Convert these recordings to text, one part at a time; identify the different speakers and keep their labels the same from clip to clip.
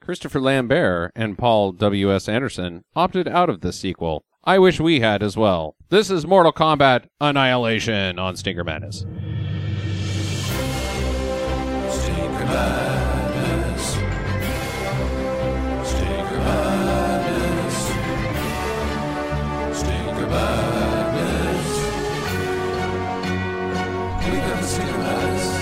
Speaker 1: Christopher Lambert and Paul W.S. Anderson opted out of the sequel. I wish we had as well. This is Mortal Kombat Annihilation on Stinker Madness.
Speaker 2: Stinker Madness. Stinker Madness. Stinker Madness. We got the Stinker Madness.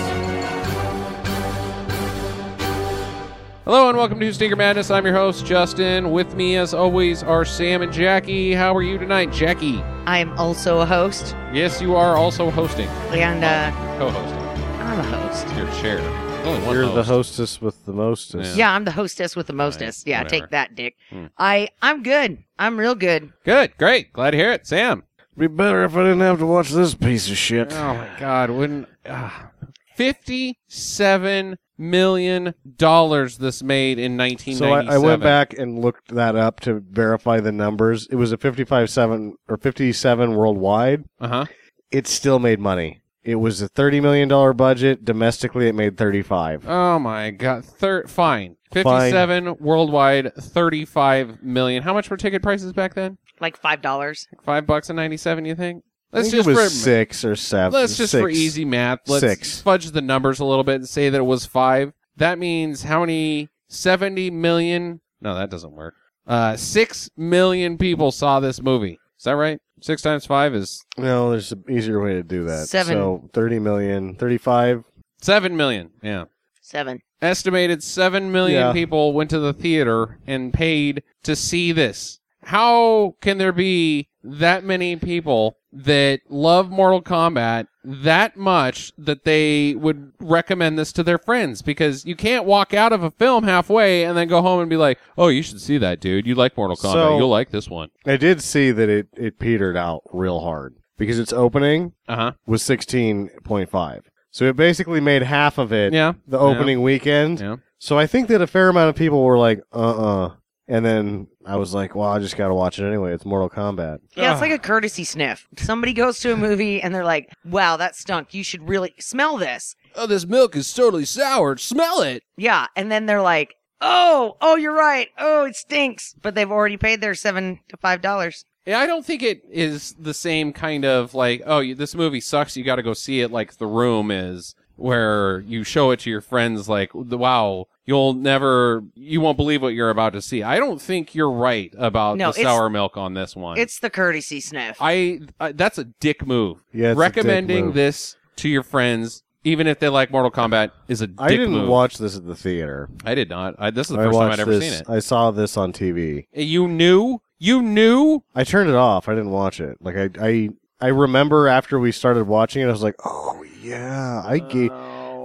Speaker 1: Hello and welcome to Stinker Madness. I'm your host, Justin. With me, as always, are Sam and Jackie. How are you tonight, Jackie?
Speaker 3: I'm also a host,
Speaker 1: Yes, you are also hosting,
Speaker 3: and uh,
Speaker 1: co-hosting.
Speaker 3: I'm a host.
Speaker 1: Your chair. There's only one
Speaker 4: You're the
Speaker 1: host.
Speaker 4: hostess with the mostest.
Speaker 1: Yeah.
Speaker 3: Yeah, I'm the hostess with the mostest. Yeah,
Speaker 1: whatever.
Speaker 3: take that, Dick.
Speaker 1: Hmm.
Speaker 3: I I'm good. I'm real good.
Speaker 1: Good, great, glad to hear it, Sam.
Speaker 4: Be better if I didn't have to watch this piece of shit.
Speaker 1: Oh my God! Wouldn't ah. fifty-seven million dollars this made in nineteen
Speaker 4: So
Speaker 1: ninety-seven?
Speaker 4: I, I went back and looked that up to verify the numbers. It was a 55 7 or 57 worldwide.
Speaker 1: Uh huh.
Speaker 4: It still made money. It was a 30 million dollar budget. Domestically it made 35.
Speaker 1: Oh my God! Thir- fine. Fifty-seven worldwide, thirty-five million. How much were ticket prices back then?
Speaker 3: Like five dollars.
Speaker 1: Five bucks and ninety-seven. You think?
Speaker 4: I
Speaker 1: Let's
Speaker 4: think
Speaker 1: just
Speaker 4: it was
Speaker 1: for
Speaker 4: 6 or 7.
Speaker 1: let's just for
Speaker 4: six.
Speaker 1: easy math. Let's
Speaker 4: Six.
Speaker 1: fudge the numbers a little bit and say that it was five. That means how many? Seventy million? No, that doesn't work. Uh, six million people saw this movie. Is that right? Six times five is
Speaker 4: No, there's an easier way to do that.
Speaker 3: Seven.
Speaker 4: So 30 million, 35.
Speaker 1: seven million. Yeah.
Speaker 3: Seven.
Speaker 1: estimated 7 million
Speaker 4: Yeah.
Speaker 1: people went to the theater and paid to see this. How can there be that many people that love Mortal Kombat that much that they would recommend this to their friends? Because you can't walk out of a film halfway and then go home and be like, oh, you should see that, dude. You like Mortal Kombat.
Speaker 4: So-
Speaker 1: You'll like this one.
Speaker 4: I did see that it it petered out real hard because its opening
Speaker 1: Uh huh.
Speaker 4: was 16.5. So it basically made half of it
Speaker 1: Yeah.
Speaker 4: the opening weekend.
Speaker 1: Yeah.
Speaker 4: So I think that a fair amount of people were like, uh uh And then I was like, well, I just got to watch it anyway. It's Mortal Kombat.
Speaker 3: Yeah,
Speaker 1: Ugh.
Speaker 3: it's like a courtesy sniff. Somebody goes to a movie and they're like, "Wow, that stunk. You should really smell this."
Speaker 1: Oh, this milk is totally sour. Smell it.
Speaker 3: Yeah, and then they're like, "Oh, oh, you're right. Oh, it stinks." But they've already paid their seven to five dollars.
Speaker 1: Yeah, I don't think it is the same kind of like, oh, you, this movie sucks. You got to go see it. Like The Room is, where you show it to your friends. Like, wow, you'll never, you won't believe what you're about to see. I don't think you're right about
Speaker 3: No,
Speaker 1: the
Speaker 3: it's-
Speaker 1: sour milk on this one.
Speaker 3: It's the courtesy sniff.
Speaker 1: I, I that's a dick move.
Speaker 4: Yeah, it's a dick
Speaker 1: recommending
Speaker 4: move.
Speaker 1: this to your friends, even if they like Mortal Kombat, is a dick
Speaker 4: I didn't
Speaker 1: move.
Speaker 4: watch this at the theater.
Speaker 1: I did not. I, this is the
Speaker 4: I
Speaker 1: first time I'd
Speaker 4: watched
Speaker 1: ever
Speaker 4: this.
Speaker 1: seen it.
Speaker 4: I saw this on TV.
Speaker 1: You knew, you knew.
Speaker 4: I turned it off. I didn't watch it. Like I, I, I remember after we started watching it, I was like, oh yeah, I gave.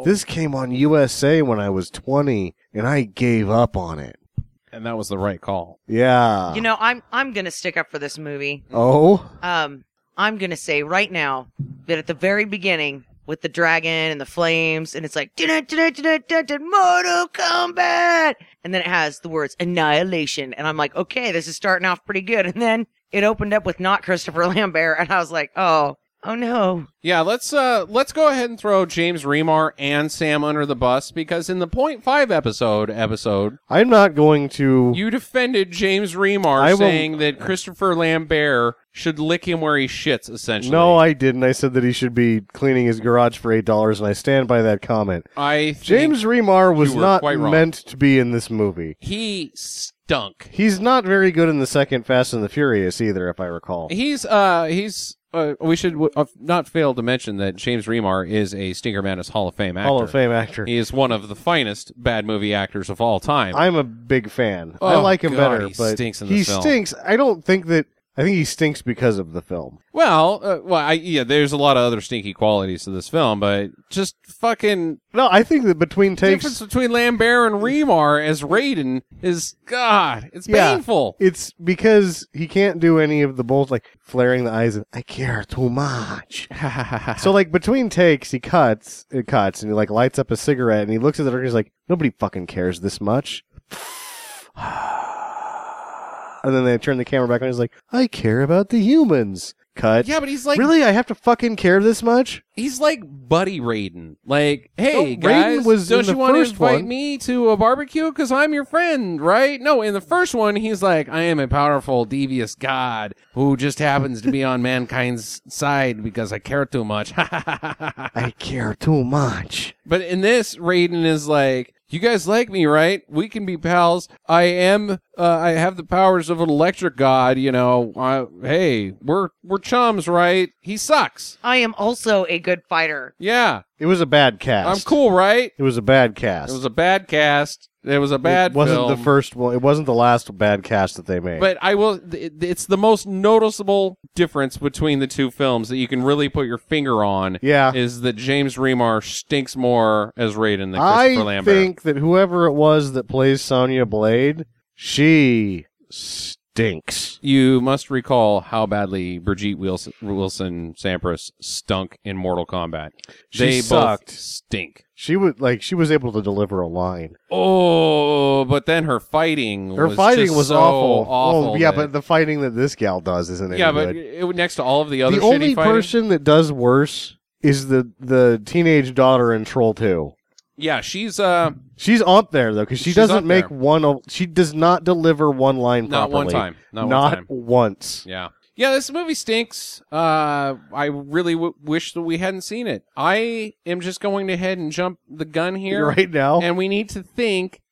Speaker 4: This came on USA when I was 20, and I gave up on it.
Speaker 1: And that was the right call.
Speaker 4: Yeah.
Speaker 3: you know, I'm I'm gonna stick up for this movie.
Speaker 4: Oh.
Speaker 3: um, I'm gonna say right now that at the very beginning with the dragon and the flames, and it's like "Dun, dun, dun, dun, dun, dun, Mortal Kombat, and then it has the words annihilation, and I'm like, okay, this is starting off pretty good, and then it opened up with not Christopher Lambert, and I was like, oh, oh no,
Speaker 1: Yeah, let's uh let's go ahead and throw James Remar and Sam under the bus because in the point five episode episode,
Speaker 4: I'm not going to.
Speaker 1: you defended James Remar
Speaker 4: I will-
Speaker 1: saying that Christopher Lambert should lick him where he shits, essentially.
Speaker 4: no, I didn't. I said that he should be cleaning his garage for eight dollars, and I stand by that comment.
Speaker 1: I think
Speaker 4: James Remar was
Speaker 1: were
Speaker 4: not
Speaker 1: quite wrong.
Speaker 4: meant to be in this movie.
Speaker 1: he stunk.
Speaker 4: He's not very good in the second Fast and the Furious either, if I recall.
Speaker 1: He's uh he's uh, we should w- uh, not fail to mention that James Remar is a Stinker Madness Hall of Fame actor.
Speaker 4: Hall of Fame actor.
Speaker 1: He is one of the finest bad movie actors of all time.
Speaker 4: I'm a big fan. I
Speaker 1: Oh,
Speaker 4: like him
Speaker 1: God,
Speaker 4: better,
Speaker 1: he
Speaker 4: but
Speaker 1: stinks in
Speaker 4: he
Speaker 1: this film.
Speaker 4: stinks. I don't think that. I think he stinks because of the film.
Speaker 1: Well, uh, well, I, yeah, there's a lot of other stinky qualities to this film, but just fucking
Speaker 4: No, I think that between takes,
Speaker 1: difference between Lambert and Remar as Raiden is God, it's
Speaker 4: Yeah.
Speaker 1: painful.
Speaker 4: it's because he can't do any of the bold, like flaring the eyes and I care too much. So like between takes, he cuts, it cuts, and he like lights up a cigarette, and he looks at the director. He's like, nobody fucking cares this much. And then they turn the camera back on. He's like, I care about the humans. cut.
Speaker 1: Yeah, but he's like
Speaker 4: really, I have to fucking care this much?
Speaker 1: he's like buddy Raiden. Like, hey
Speaker 4: No, Raiden
Speaker 1: guys,
Speaker 4: was
Speaker 1: don't
Speaker 4: in the
Speaker 1: you want to
Speaker 4: first
Speaker 1: invite
Speaker 4: one.
Speaker 1: me to a barbecue because I'm your friend, right? No, in the first one, he's like, I am a powerful, devious god who just happens to be on mankind's side because I care too much.
Speaker 4: I care too much.
Speaker 1: But in this, Raiden is like, "You guys like me, right? We can be pals. I am. Uh, I have the powers of an electric god. You know. I, hey, we're we're chums, right? He sucks.
Speaker 3: I am also a good fighter.
Speaker 1: Yeah,
Speaker 4: It was a bad cast.
Speaker 1: I'm cool, right?
Speaker 4: It was a bad cast.
Speaker 1: It was a bad cast. It was a bad.
Speaker 4: It wasn't
Speaker 1: film.
Speaker 4: the first one. It wasn't the last bad cast that they made.
Speaker 1: But I will. th- It's the most noticeable difference between the two films that you can really put your finger on.
Speaker 4: yeah,
Speaker 1: Is that James Remar stinks more as Raiden than Christopher
Speaker 4: I
Speaker 1: Lambert?
Speaker 4: think that whoever it was that plays Sonya Blade, she stinks.
Speaker 1: You must recall how badly Brigitte Wilson, Wilson Sampras stunk in Mortal Kombat.
Speaker 4: She
Speaker 1: they
Speaker 4: sucked.
Speaker 1: both stink.
Speaker 4: She was like she was able to deliver a line.
Speaker 1: Oh, but then her fighting.
Speaker 4: Her
Speaker 1: was
Speaker 4: fighting
Speaker 1: just
Speaker 4: was
Speaker 1: so
Speaker 4: awful.
Speaker 1: awful
Speaker 4: oh, yeah,
Speaker 1: that-
Speaker 4: but the fighting that this gal does isn't any
Speaker 1: yeah, but
Speaker 4: good.
Speaker 1: it, next to all of the other
Speaker 4: the
Speaker 1: shitty
Speaker 4: only
Speaker 1: fighting-
Speaker 4: person that does worse is the the teenage daughter in Troll Two.
Speaker 1: Yeah, she's uh
Speaker 4: She's up there though, because she
Speaker 1: She's up
Speaker 4: doesn't make
Speaker 1: there.
Speaker 4: one. o- She does not deliver one line
Speaker 1: not
Speaker 4: properly.
Speaker 1: one time, not,
Speaker 4: Not
Speaker 1: one time.
Speaker 4: once.
Speaker 1: Yeah. Yeah, this movie stinks. Uh, I really w- wish that we hadn't seen it. I am just going ahead and jump the gun here.
Speaker 4: Right now,
Speaker 1: and we need to think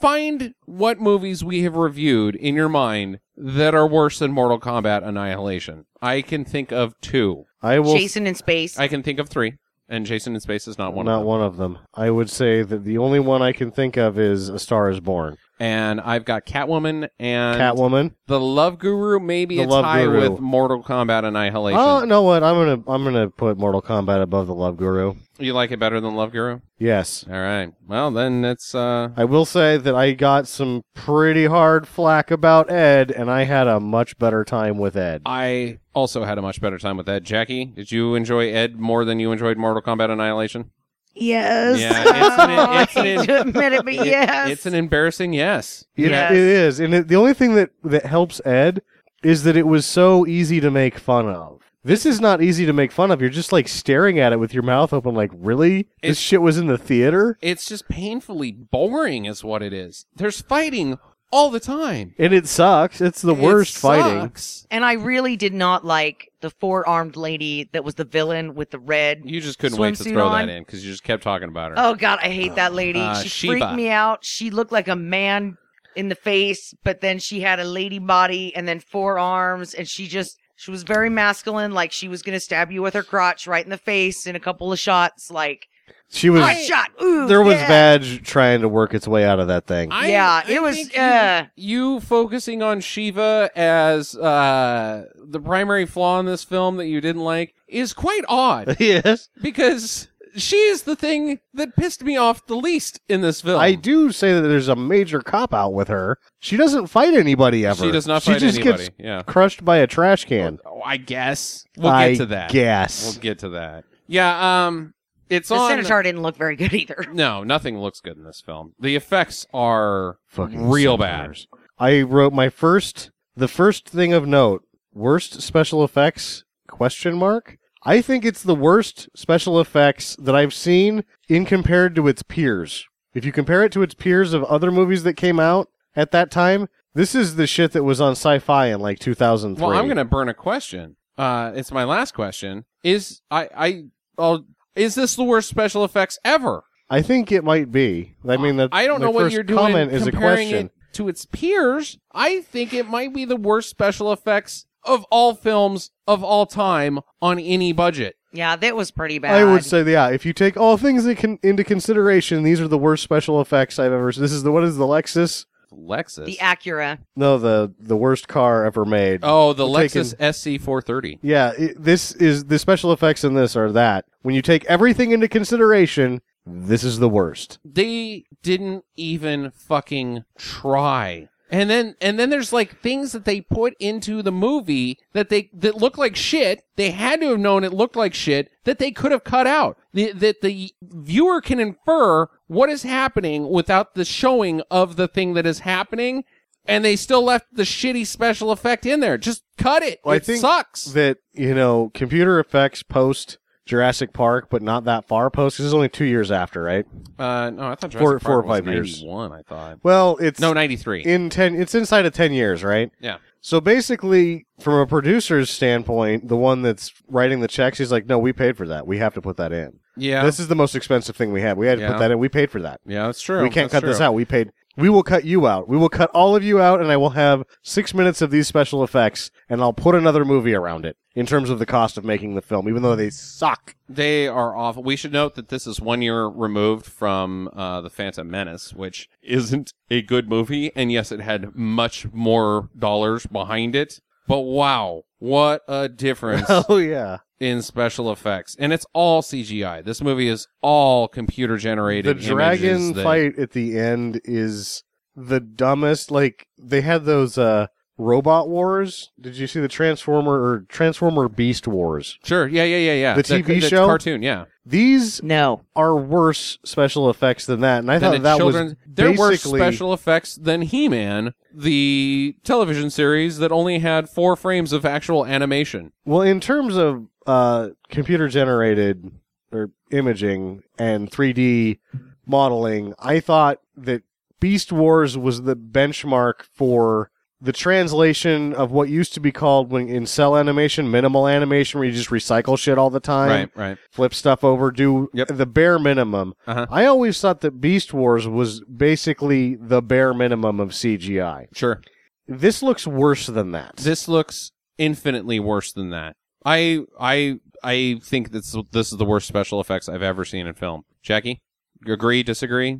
Speaker 1: find what movies we have reviewed in your mind that are worse than Mortal Kombat Annihilation. I can think of two.
Speaker 4: I will
Speaker 3: Jason in space.
Speaker 1: I can think of three, and Jason in Space is not one
Speaker 4: not
Speaker 1: of them.
Speaker 4: one of them. I would say that the only one I can think of is A Star Is Born.
Speaker 1: And I've got Catwoman and
Speaker 4: Catwoman.
Speaker 1: The Love Guru. Maybe
Speaker 4: The
Speaker 1: it's
Speaker 4: Love
Speaker 1: high
Speaker 4: Guru.
Speaker 1: with Mortal Kombat Annihilation.
Speaker 4: Oh, know what? I'm gonna I'm gonna put Mortal Kombat above the Love Guru.
Speaker 1: You like it better than Love Guru?
Speaker 4: Yes.
Speaker 1: All right. Well, then it's uh,
Speaker 4: I will say that I got some pretty hard flack about Ed, and I had a much better time with Ed.
Speaker 1: Uh, I also had a much better time with that. Jackie, did you enjoy Ed more than you enjoyed Mortal Kombat Annihilation?
Speaker 3: yes.
Speaker 1: Yeah, it's an-
Speaker 3: I
Speaker 1: it's an-
Speaker 3: hate to admit it, but
Speaker 1: It-
Speaker 3: yes.
Speaker 1: It's an embarrassing yes.
Speaker 4: It,
Speaker 3: Yes.
Speaker 4: it is, and it, the only thing that that helps Ed is that it was so easy to make fun of. This is not easy to make fun of. You're just like staring at it with your mouth open, like, really?
Speaker 1: It's-
Speaker 4: this shit was in the theater,
Speaker 1: It's just painfully boring, is what it is. There's fighting all the time.
Speaker 4: and it sucks. It's the
Speaker 1: It
Speaker 4: worst fighting.
Speaker 1: sucks.
Speaker 3: and I really did not like the four armed lady that was the villain with the red
Speaker 1: You just couldn't wait to
Speaker 3: Swimsuit
Speaker 1: throw
Speaker 3: on.
Speaker 1: that in because you just kept talking about her.
Speaker 3: Oh God, I hate
Speaker 4: Um,
Speaker 3: that lady.
Speaker 1: Uh,
Speaker 3: she
Speaker 1: Sheba.
Speaker 3: freaked me out. She looked like a man in the face, but then she had a lady body and then four arms, and she just she was very masculine, like she was gonna stab you with her crotch right in the face in a couple of shots, like
Speaker 4: She was.
Speaker 3: hot shot. Ooh,
Speaker 4: there was
Speaker 3: yeah.
Speaker 4: Badge trying to work its way out of that thing.
Speaker 1: I-
Speaker 3: yeah,
Speaker 1: I
Speaker 3: it was,
Speaker 1: think
Speaker 3: uh,
Speaker 1: you, you focusing on Shiva as uh, the primary flaw in this film that you didn't like is quite odd
Speaker 4: yes,
Speaker 1: because she is the thing that pissed me off the least in this film.
Speaker 4: I do say that there's a major cop out with her. She doesn't fight anybody ever.
Speaker 1: She does not
Speaker 4: She
Speaker 1: fight
Speaker 4: just
Speaker 1: anybody.
Speaker 4: gets
Speaker 1: yeah.
Speaker 4: crushed by a trash can.
Speaker 1: Oh, I guess we'll
Speaker 4: I
Speaker 1: get to that.
Speaker 4: Guess.
Speaker 1: We'll get to that. Yeah. Um. It's
Speaker 3: The
Speaker 1: on.
Speaker 3: Centaur didn't look very good either.
Speaker 1: No, nothing looks good in this film. The effects are
Speaker 4: fucking
Speaker 1: real
Speaker 4: centaurs. I wrote my first the first thing of note, worst special effects question mark. I think it's the worst special effects that I've seen in compared to its peers. If you compare it to its peers of other movies that came out at that time, this is the shit that was on sci-fi in like 2003.
Speaker 1: Well, I'm gonna burn a question. Uh, it's my last question. Is I I oh, is this the worst special effects ever?
Speaker 4: I think it might be. I mean, that
Speaker 1: I don't
Speaker 4: the
Speaker 1: know what
Speaker 4: first
Speaker 1: you're doing.
Speaker 4: Comment is a
Speaker 1: comparing
Speaker 4: question.
Speaker 1: it to its peers. I think it might be the worst special effects of all films of all time on any budget.
Speaker 3: Yeah, that was pretty bad.
Speaker 4: I would say, yeah, if you take all things that can, into consideration, these are the worst special effects I've ever. This is the what is the Lexus?
Speaker 1: Lexus.
Speaker 3: the Acura.
Speaker 4: No, the the worst car ever made.
Speaker 1: oh, the
Speaker 4: We're
Speaker 1: Lexus SC430.
Speaker 4: Yeah, it, this is the special effects in this are that. When you take everything into consideration, this is the worst.
Speaker 1: they didn't even fucking try. And then and then there's like things that they put into the movie that they that look like shit. They had to have known it looked like shit that they could have cut out. The, that the viewer can infer what is happening without the showing of the thing that is happening. and they still left the shitty special effect in there. Just cut it.
Speaker 4: Well, I
Speaker 1: it
Speaker 4: think
Speaker 1: sucks.
Speaker 4: that you know computer effects post Jurassic Park, but not that far post. 'cause It's only two years after, right?
Speaker 1: uh, no, I thought Jurassic
Speaker 4: Four-
Speaker 1: Park
Speaker 4: four or
Speaker 1: was
Speaker 4: five years.
Speaker 1: 91, I thought.
Speaker 4: Well, it's
Speaker 1: No, 93.
Speaker 4: in ten. It's inside of ten years, right?
Speaker 1: Yeah.
Speaker 4: So basically, from a producer's standpoint, the one that's writing the checks, he's like, "No, we paid for that. We have to put that in.
Speaker 1: yeah.
Speaker 4: This is the most expensive thing we had. We had to
Speaker 1: Yeah.
Speaker 4: put that in. We paid for that.
Speaker 1: yeah, that's true.
Speaker 4: we can't
Speaker 1: That's
Speaker 4: cut this
Speaker 1: true.
Speaker 4: out. We paid. We will cut you out. We will cut all of you out, and I will have six minutes of these special effects, and I'll put another movie around it in terms of the cost of making the film, even though they suck.
Speaker 1: They are awful. We should note that this is one year removed from uh, The Phantom Menace, which isn't a good movie. And yes, it had much more dollars behind it. But wow, what a difference
Speaker 4: Oh yeah,
Speaker 1: in special effects. And it's all CGI. This movie is all computer
Speaker 4: the
Speaker 1: generated.
Speaker 4: dragon fight at the end is the dumbest. Like they had those uh robot wars. Did you see the Transformer or Transformer Beast Wars?
Speaker 1: Sure. Yeah, yeah, yeah, yeah.
Speaker 4: The
Speaker 1: It's a-
Speaker 4: TV
Speaker 1: it's a
Speaker 4: show?
Speaker 1: Cartoon, yeah.
Speaker 4: These
Speaker 3: No.
Speaker 4: are worse special effects than that, and I
Speaker 1: than
Speaker 4: thought
Speaker 1: a
Speaker 4: that
Speaker 1: children's-
Speaker 4: was
Speaker 1: there were
Speaker 4: basically-
Speaker 1: special effects than He-Man, the television series that only had four frames of actual animation.
Speaker 4: Well, in terms of uh, computer generated or imaging and 3D modeling, I thought that Beast Wars was the benchmark for the translation of what used to be called when in cell animation minimal animation where you just recycle shit all the time
Speaker 1: Right, right.
Speaker 4: flip stuff over, do
Speaker 1: Yep.
Speaker 4: the bare minimum.
Speaker 1: Uh-huh.
Speaker 4: I always thought that Beast Wars was basically the bare minimum of CGI.
Speaker 1: Sure.
Speaker 4: This looks worse than that.
Speaker 1: This looks infinitely worse than that. I I I think this this is the worst special effects I've ever seen in film. Jackie, you agree? Disagree?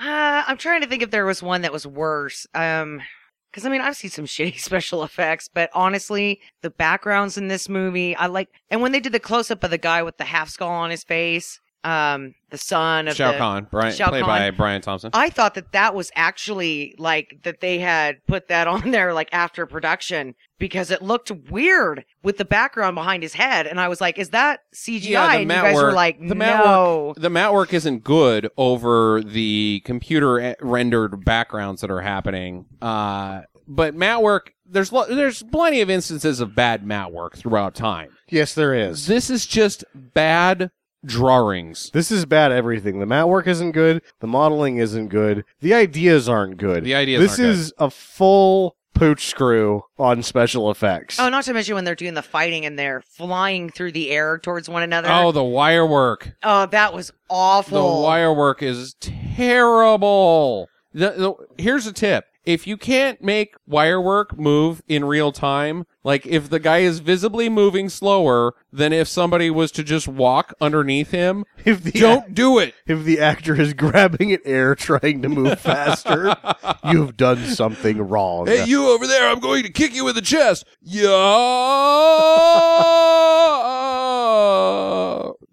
Speaker 3: Uh, I'm trying to think if there was one that was worse. Um, because I mean, I've seen some shitty special effects, but honestly, the backgrounds in this movie, I like. And when they did the close up of the guy with the half skull on his face, um, the son of
Speaker 1: Shao
Speaker 3: the,
Speaker 1: Kahn, Brian,
Speaker 3: Shao
Speaker 1: played
Speaker 3: Kahn.
Speaker 1: by Brian Thompson.
Speaker 3: I thought that that was actually like that they had put that on there like after production because it looked weird with the background behind his head, and I was like, "Is that CGI?"
Speaker 1: Yeah, the
Speaker 3: and you
Speaker 1: mat
Speaker 3: guys were
Speaker 1: work-
Speaker 3: like,
Speaker 1: the mat
Speaker 3: "No."
Speaker 1: the mat work isn't good over the computer e- rendered backgrounds that are happening. Uh, but mat work, there's lo- there's plenty of instances of bad mat work throughout time.
Speaker 4: yes, there is.
Speaker 1: This is just bad drawings.
Speaker 4: This is bad everything. The mat work isn't good. The modeling isn't good. The ideas aren't good.
Speaker 1: The ideas
Speaker 4: This
Speaker 1: aren't good.
Speaker 4: is a full pooch screw on special effects.
Speaker 3: Oh, not to mention when they're doing the fighting and they're flying through the air towards one another.
Speaker 1: Oh, the wire work.
Speaker 3: Oh, that was awful.
Speaker 1: The wire work is terrible. The, the, here's a tip. If you can't make wire work move in real time, like if the guy is visibly moving slower than if somebody was to just walk underneath him,
Speaker 4: If the
Speaker 1: don't do it.
Speaker 4: if the actor is grabbing at air trying to move faster, you've done something wrong.
Speaker 1: Hey, you over there, I'm going to kick you in the chest. Yeah.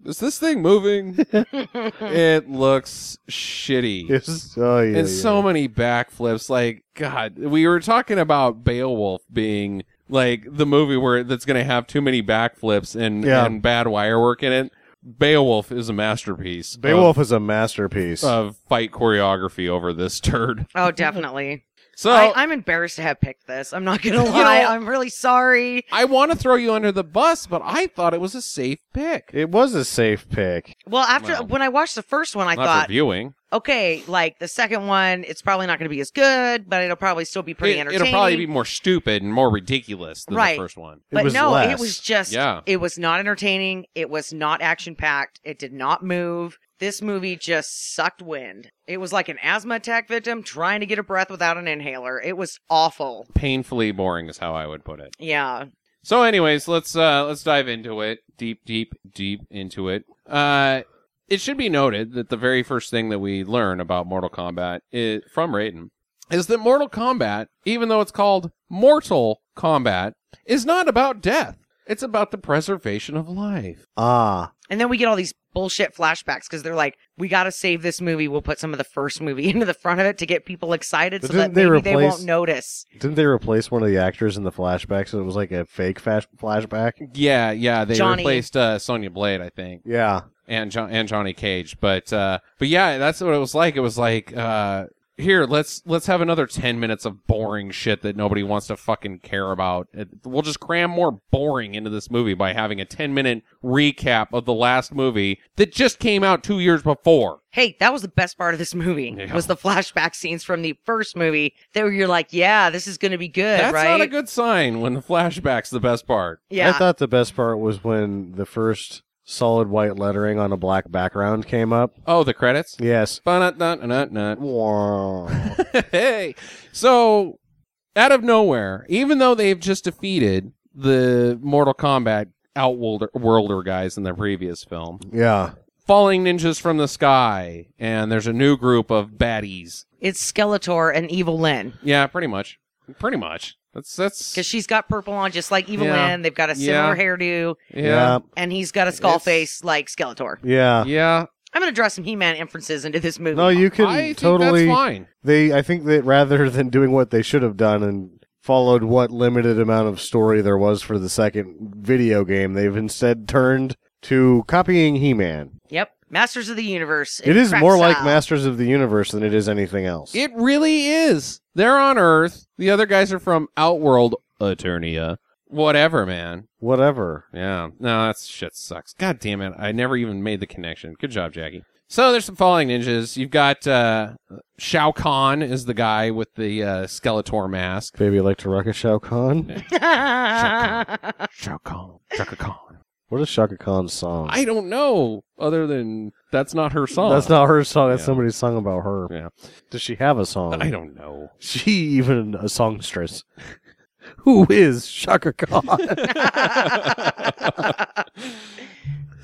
Speaker 1: Is this thing moving? it looks shitty.
Speaker 4: It's- oh, yeah,
Speaker 1: and
Speaker 4: yeah.
Speaker 1: so many backflips. Like God, we were talking about Beowulf being like the movie where that's going to have too many backflips and
Speaker 4: Yeah.
Speaker 1: and bad wire work in it. Beowulf is a masterpiece. of-
Speaker 4: Beowulf is a masterpiece.
Speaker 1: Of, fight choreography over this turd.
Speaker 3: oh, definitely.
Speaker 1: So
Speaker 3: I,
Speaker 1: I,
Speaker 3: I'm embarrassed to have picked this. I'm not gonna
Speaker 1: You
Speaker 3: lie.
Speaker 1: know-
Speaker 3: I'm really sorry.
Speaker 1: want to throw you under the bus, but I thought it was a safe pick.
Speaker 4: it was a safe pick.
Speaker 3: Well, after
Speaker 1: Well,
Speaker 3: when I watched the first one, I
Speaker 1: Not
Speaker 3: thought,
Speaker 1: for viewing.
Speaker 3: okay, like the second one, it's probably not gonna be as good, but it'll probably still be pretty
Speaker 1: It,
Speaker 3: entertaining.
Speaker 1: it'll probably be more stupid and more ridiculous than
Speaker 3: Right.
Speaker 1: the first one.
Speaker 4: It
Speaker 3: but
Speaker 4: was
Speaker 3: no,
Speaker 4: less.
Speaker 3: it was just
Speaker 1: Yeah.
Speaker 3: it was not entertaining. It was not action packed. It did not move. This movie just sucked wind. It was like an asthma attack victim trying to get a breath without an inhaler. It was awful.
Speaker 1: Painfully boring is how I would put it.
Speaker 3: Yeah.
Speaker 1: So, anyways, let's uh, let's dive into it, deep, deep, deep into it. Uh, it should be noted that the very first thing that we learn about Mortal Kombat is, from Raiden is that Mortal Kombat, even though it's called Mortal Kombat, is not about death. It's about the preservation of life.
Speaker 4: ah.
Speaker 3: And then we get all these bullshit flashbacks because they're like, we got to save this movie. We'll put some of the first movie into the front of it to get people excited
Speaker 4: But
Speaker 3: so that
Speaker 4: didn't they
Speaker 3: maybe they
Speaker 4: replace-
Speaker 3: won't notice.
Speaker 4: Didn't they replace one of the actors in the flashbacks? And it was like a fake flash- flashback.
Speaker 1: Yeah, yeah. They
Speaker 3: Johnny.
Speaker 1: replaced uh, Sonya Blade, I think.
Speaker 4: Yeah.
Speaker 1: and John and Johnny Cage. But uh, but yeah, that's what it was like. It was like uh, here let's let's have another 10 minutes of boring shit that nobody wants to fucking care about It- we'll just cram more boring into this movie by having a 10 minute recap of the last movie that just came out two years before
Speaker 3: Hey, that was the best part of this movie
Speaker 1: Yeah.
Speaker 3: was the flashback scenes from the first movie that where you're like, yeah, this is going to be good,
Speaker 1: that's
Speaker 3: right?
Speaker 1: not a good sign when the flashback's the best part
Speaker 3: yeah.
Speaker 4: I thought the best part was when the first solid white lettering on a black background came up.
Speaker 1: oh the credits
Speaker 4: Yes.
Speaker 1: Ba-na-na-na-na.
Speaker 4: Wow.
Speaker 1: hey. So, out of nowhere, even though they've just defeated the Mortal Kombat Outworlder Worlder guys in the previous film,
Speaker 4: yeah.
Speaker 1: falling ninjas from the sky, and there's a new group of baddies.
Speaker 3: it's Skeletor and Evil Lyn
Speaker 1: Yeah, pretty much. Pretty much. That's that's yeah.
Speaker 3: because she's got purple on just like Evil
Speaker 1: Yeah.
Speaker 3: Lyn. They've got a
Speaker 1: Yeah.
Speaker 3: similar hairdo
Speaker 1: Yeah.
Speaker 3: and he's got a skull
Speaker 1: It's-
Speaker 3: face like Skeletor.
Speaker 4: Yeah.
Speaker 3: I'm going to draw some He-Man inferences into this movie.
Speaker 4: No, you can
Speaker 1: I think
Speaker 4: totally.
Speaker 1: that's fine.
Speaker 4: They, I think that rather than doing what they should have done and followed what limited amount of story there was for the second video game, they've instead turned to copying He-Man.
Speaker 3: Yep. Masters of the Universe.
Speaker 4: It is more like
Speaker 3: Fraxile.
Speaker 4: Masters of the Universe than it is anything else.
Speaker 1: It really is. They're on Earth. The other guys are from Outworld Eternia. Whatever, man.
Speaker 4: Whatever.
Speaker 1: Yeah. No, that shit sucks. God damn it. I never even made the connection. Good job, Jackie. So there's some falling ninjas. You've got uh Shao Kahn is the guy with the uh, Skeletor mask.
Speaker 4: Baby, like to rock a Shao Kahn.
Speaker 1: Shao Kahn. Shaka Kahn.
Speaker 4: What is Shaka Khan's song?
Speaker 1: I don't know. Other than that's not her song.
Speaker 4: That's not her song. That's
Speaker 1: Yeah.
Speaker 4: somebody's song about her.
Speaker 1: Yeah.
Speaker 4: Does she have a song?
Speaker 1: I don't know.
Speaker 4: She even a songstress. Who is Shaka Khan?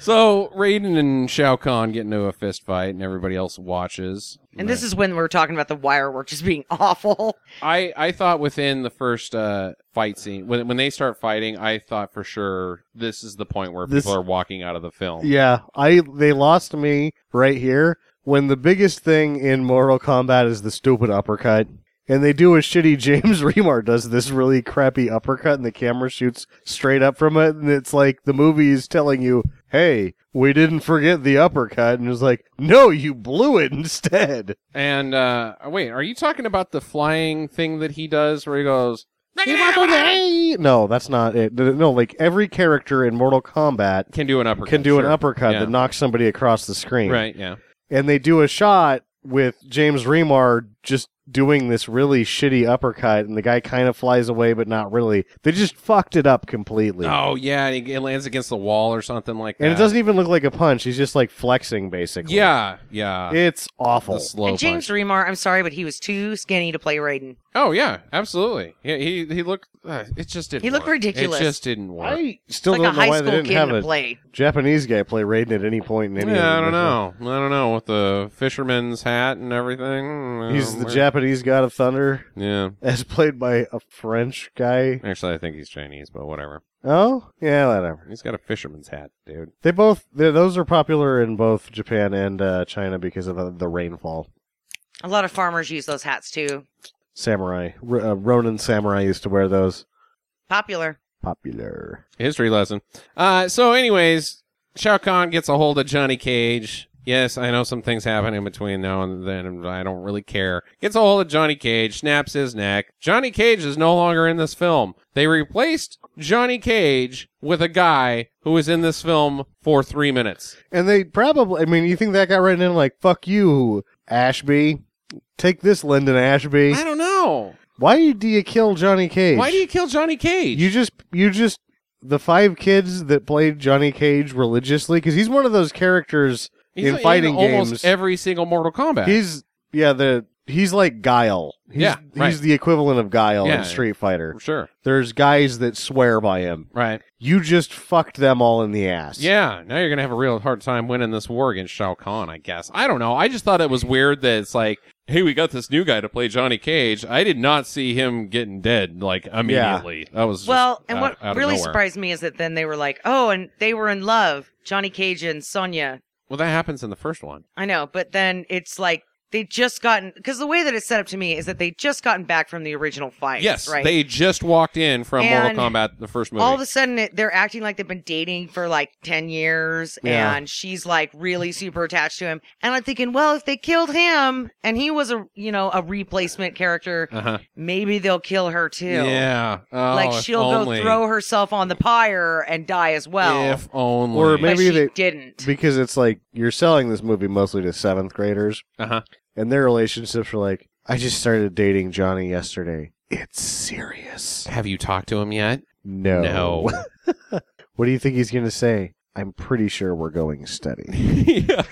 Speaker 1: So Raiden and Shao Kahn get into a fist fight, and everybody else watches.
Speaker 3: and this is when we're talking about the wire work just being awful.
Speaker 1: I, I thought within the first uh, fight scene when when they start fighting, I thought for sure this is the point where
Speaker 4: This-
Speaker 1: people are walking out of the film.
Speaker 4: yeah, I they lost me right here when the biggest thing in Mortal Kombat is the stupid uppercut. And they do a shitty James Remar does this really crappy uppercut and the camera shoots straight up from it and it's like the movie is telling you, "Hey, we didn't forget the uppercut." And it's like, "No, you blew it instead."
Speaker 1: And uh, wait, are you talking about the flying thing that he does where he goes?
Speaker 4: No, that's not it. No, like every character in Mortal Kombat
Speaker 1: Can do an uppercut.
Speaker 4: can do an
Speaker 1: sure.
Speaker 4: uppercut
Speaker 1: Yeah.
Speaker 4: that knocks somebody across the screen.
Speaker 1: Right. Yeah.
Speaker 4: And they do a shot with James Remar just doing this really shitty uppercut, and the guy kind of flies away, but not really. They just fucked it up completely.
Speaker 1: Oh yeah, and he- it lands against the wall or something like that.
Speaker 4: And it doesn't even look like a punch. He's just like flexing, basically.
Speaker 1: Yeah. Yeah.
Speaker 4: It's
Speaker 1: The
Speaker 4: awful.
Speaker 1: slow
Speaker 3: and James
Speaker 1: punch.
Speaker 3: Remar, I'm sorry, but he was too skinny to play Raiden.
Speaker 1: Oh yeah, absolutely. Yeah, he he looked. Uh, it just didn't.
Speaker 3: He looked
Speaker 1: work.
Speaker 3: ridiculous.
Speaker 1: It just didn't work.
Speaker 4: I still
Speaker 3: It's like a
Speaker 4: don't know
Speaker 3: high
Speaker 4: why
Speaker 3: school
Speaker 4: they
Speaker 3: kid
Speaker 4: didn't have
Speaker 3: to
Speaker 4: a
Speaker 3: play.
Speaker 4: Japanese guy play Raiden at any point in any.
Speaker 1: Yeah, I
Speaker 4: of the
Speaker 1: don't know. I don't know with the fisherman's hat and everything. Mm,
Speaker 4: He's
Speaker 1: uh,
Speaker 4: the
Speaker 1: weird.
Speaker 4: Japanese god of thunder,
Speaker 1: Yeah,
Speaker 4: as played by a French guy.
Speaker 1: actually, I think he's Chinese, but whatever.
Speaker 4: Oh, yeah, whatever.
Speaker 1: He's got a fisherman's hat, dude.
Speaker 4: They both they're- those are popular in both Japan and uh, China because of the, the rainfall.
Speaker 3: A lot of farmers use those hats too.
Speaker 4: Samurai, R- uh, Ronin samurai used to wear those.
Speaker 3: Popular.
Speaker 4: Popular.
Speaker 1: History lesson. Uh, so, anyways, Shao Kahn gets a hold of Johnny Cage. Yes, I know some things happen in between now and then, and I don't really care. Gets a hold of Johnny Cage, snaps his neck. Johnny Cage is no longer in this film. They replaced Johnny Cage with a guy who was in this film for three minutes.
Speaker 4: And they probably. I mean, you think that got written in like "fuck you, Ashby." Take this, Lyndon Ashby.
Speaker 1: I don't know.
Speaker 4: Why do you kill Johnny Cage?
Speaker 1: Why do you kill Johnny Cage?
Speaker 4: You just you just the five kids that played Johnny Cage religiously because he's one of those characters
Speaker 1: He's
Speaker 4: in fighting games.
Speaker 1: almost every single Mortal Kombat.
Speaker 4: He's yeah the he's like Guile. He's,
Speaker 1: Yeah, right.
Speaker 4: he's the equivalent of Guile
Speaker 1: Yeah.
Speaker 4: in Street Fighter.
Speaker 1: For sure.
Speaker 4: There's guys that swear by him.
Speaker 1: Right.
Speaker 4: You just fucked them all in the ass.
Speaker 1: Yeah. Now you're gonna have a real hard time winning this war against Shao Kahn, I guess. I don't know. I just thought it was weird that it's like, hey, we got this new guy to play Johnny Cage. I did not see him getting dead like immediately. That was just
Speaker 3: Well, and
Speaker 1: out-
Speaker 3: what
Speaker 1: out of
Speaker 3: really
Speaker 1: nowhere.
Speaker 3: surprised me is that then they were like, oh, and they were in love, Johnny Cage and Sonya.
Speaker 1: Well, that happens in the first one.
Speaker 3: I know, but then it's like they just gotten because the way that it's set up to me is that they just gotten back from the original fight.
Speaker 1: Yes,
Speaker 3: right.
Speaker 1: they just walked in from
Speaker 3: And
Speaker 1: Mortal Kombat, the first movie.
Speaker 3: all of a sudden it, they're acting like they've been dating for like 10 years
Speaker 4: Yeah.
Speaker 3: and she's like really super attached to him and i'm thinking well if they killed him and he was a you know a replacement character
Speaker 1: uh-huh.
Speaker 3: maybe they'll kill her too
Speaker 1: Yeah. Oh,
Speaker 3: like
Speaker 1: if
Speaker 3: she'll
Speaker 1: only.
Speaker 3: go throw herself on the pyre and die as well
Speaker 1: If only.
Speaker 4: Or
Speaker 3: but
Speaker 4: maybe
Speaker 3: she
Speaker 4: they-
Speaker 3: didn't
Speaker 4: because it's like you're selling this movie mostly to seventh graders,
Speaker 1: Uh-huh.
Speaker 4: and their relationships are like, I just started dating Johnny yesterday. It's serious.
Speaker 1: Have you talked to him yet?
Speaker 4: No.
Speaker 1: No.
Speaker 4: what do you think he's going to say? I'm pretty sure we're going steady.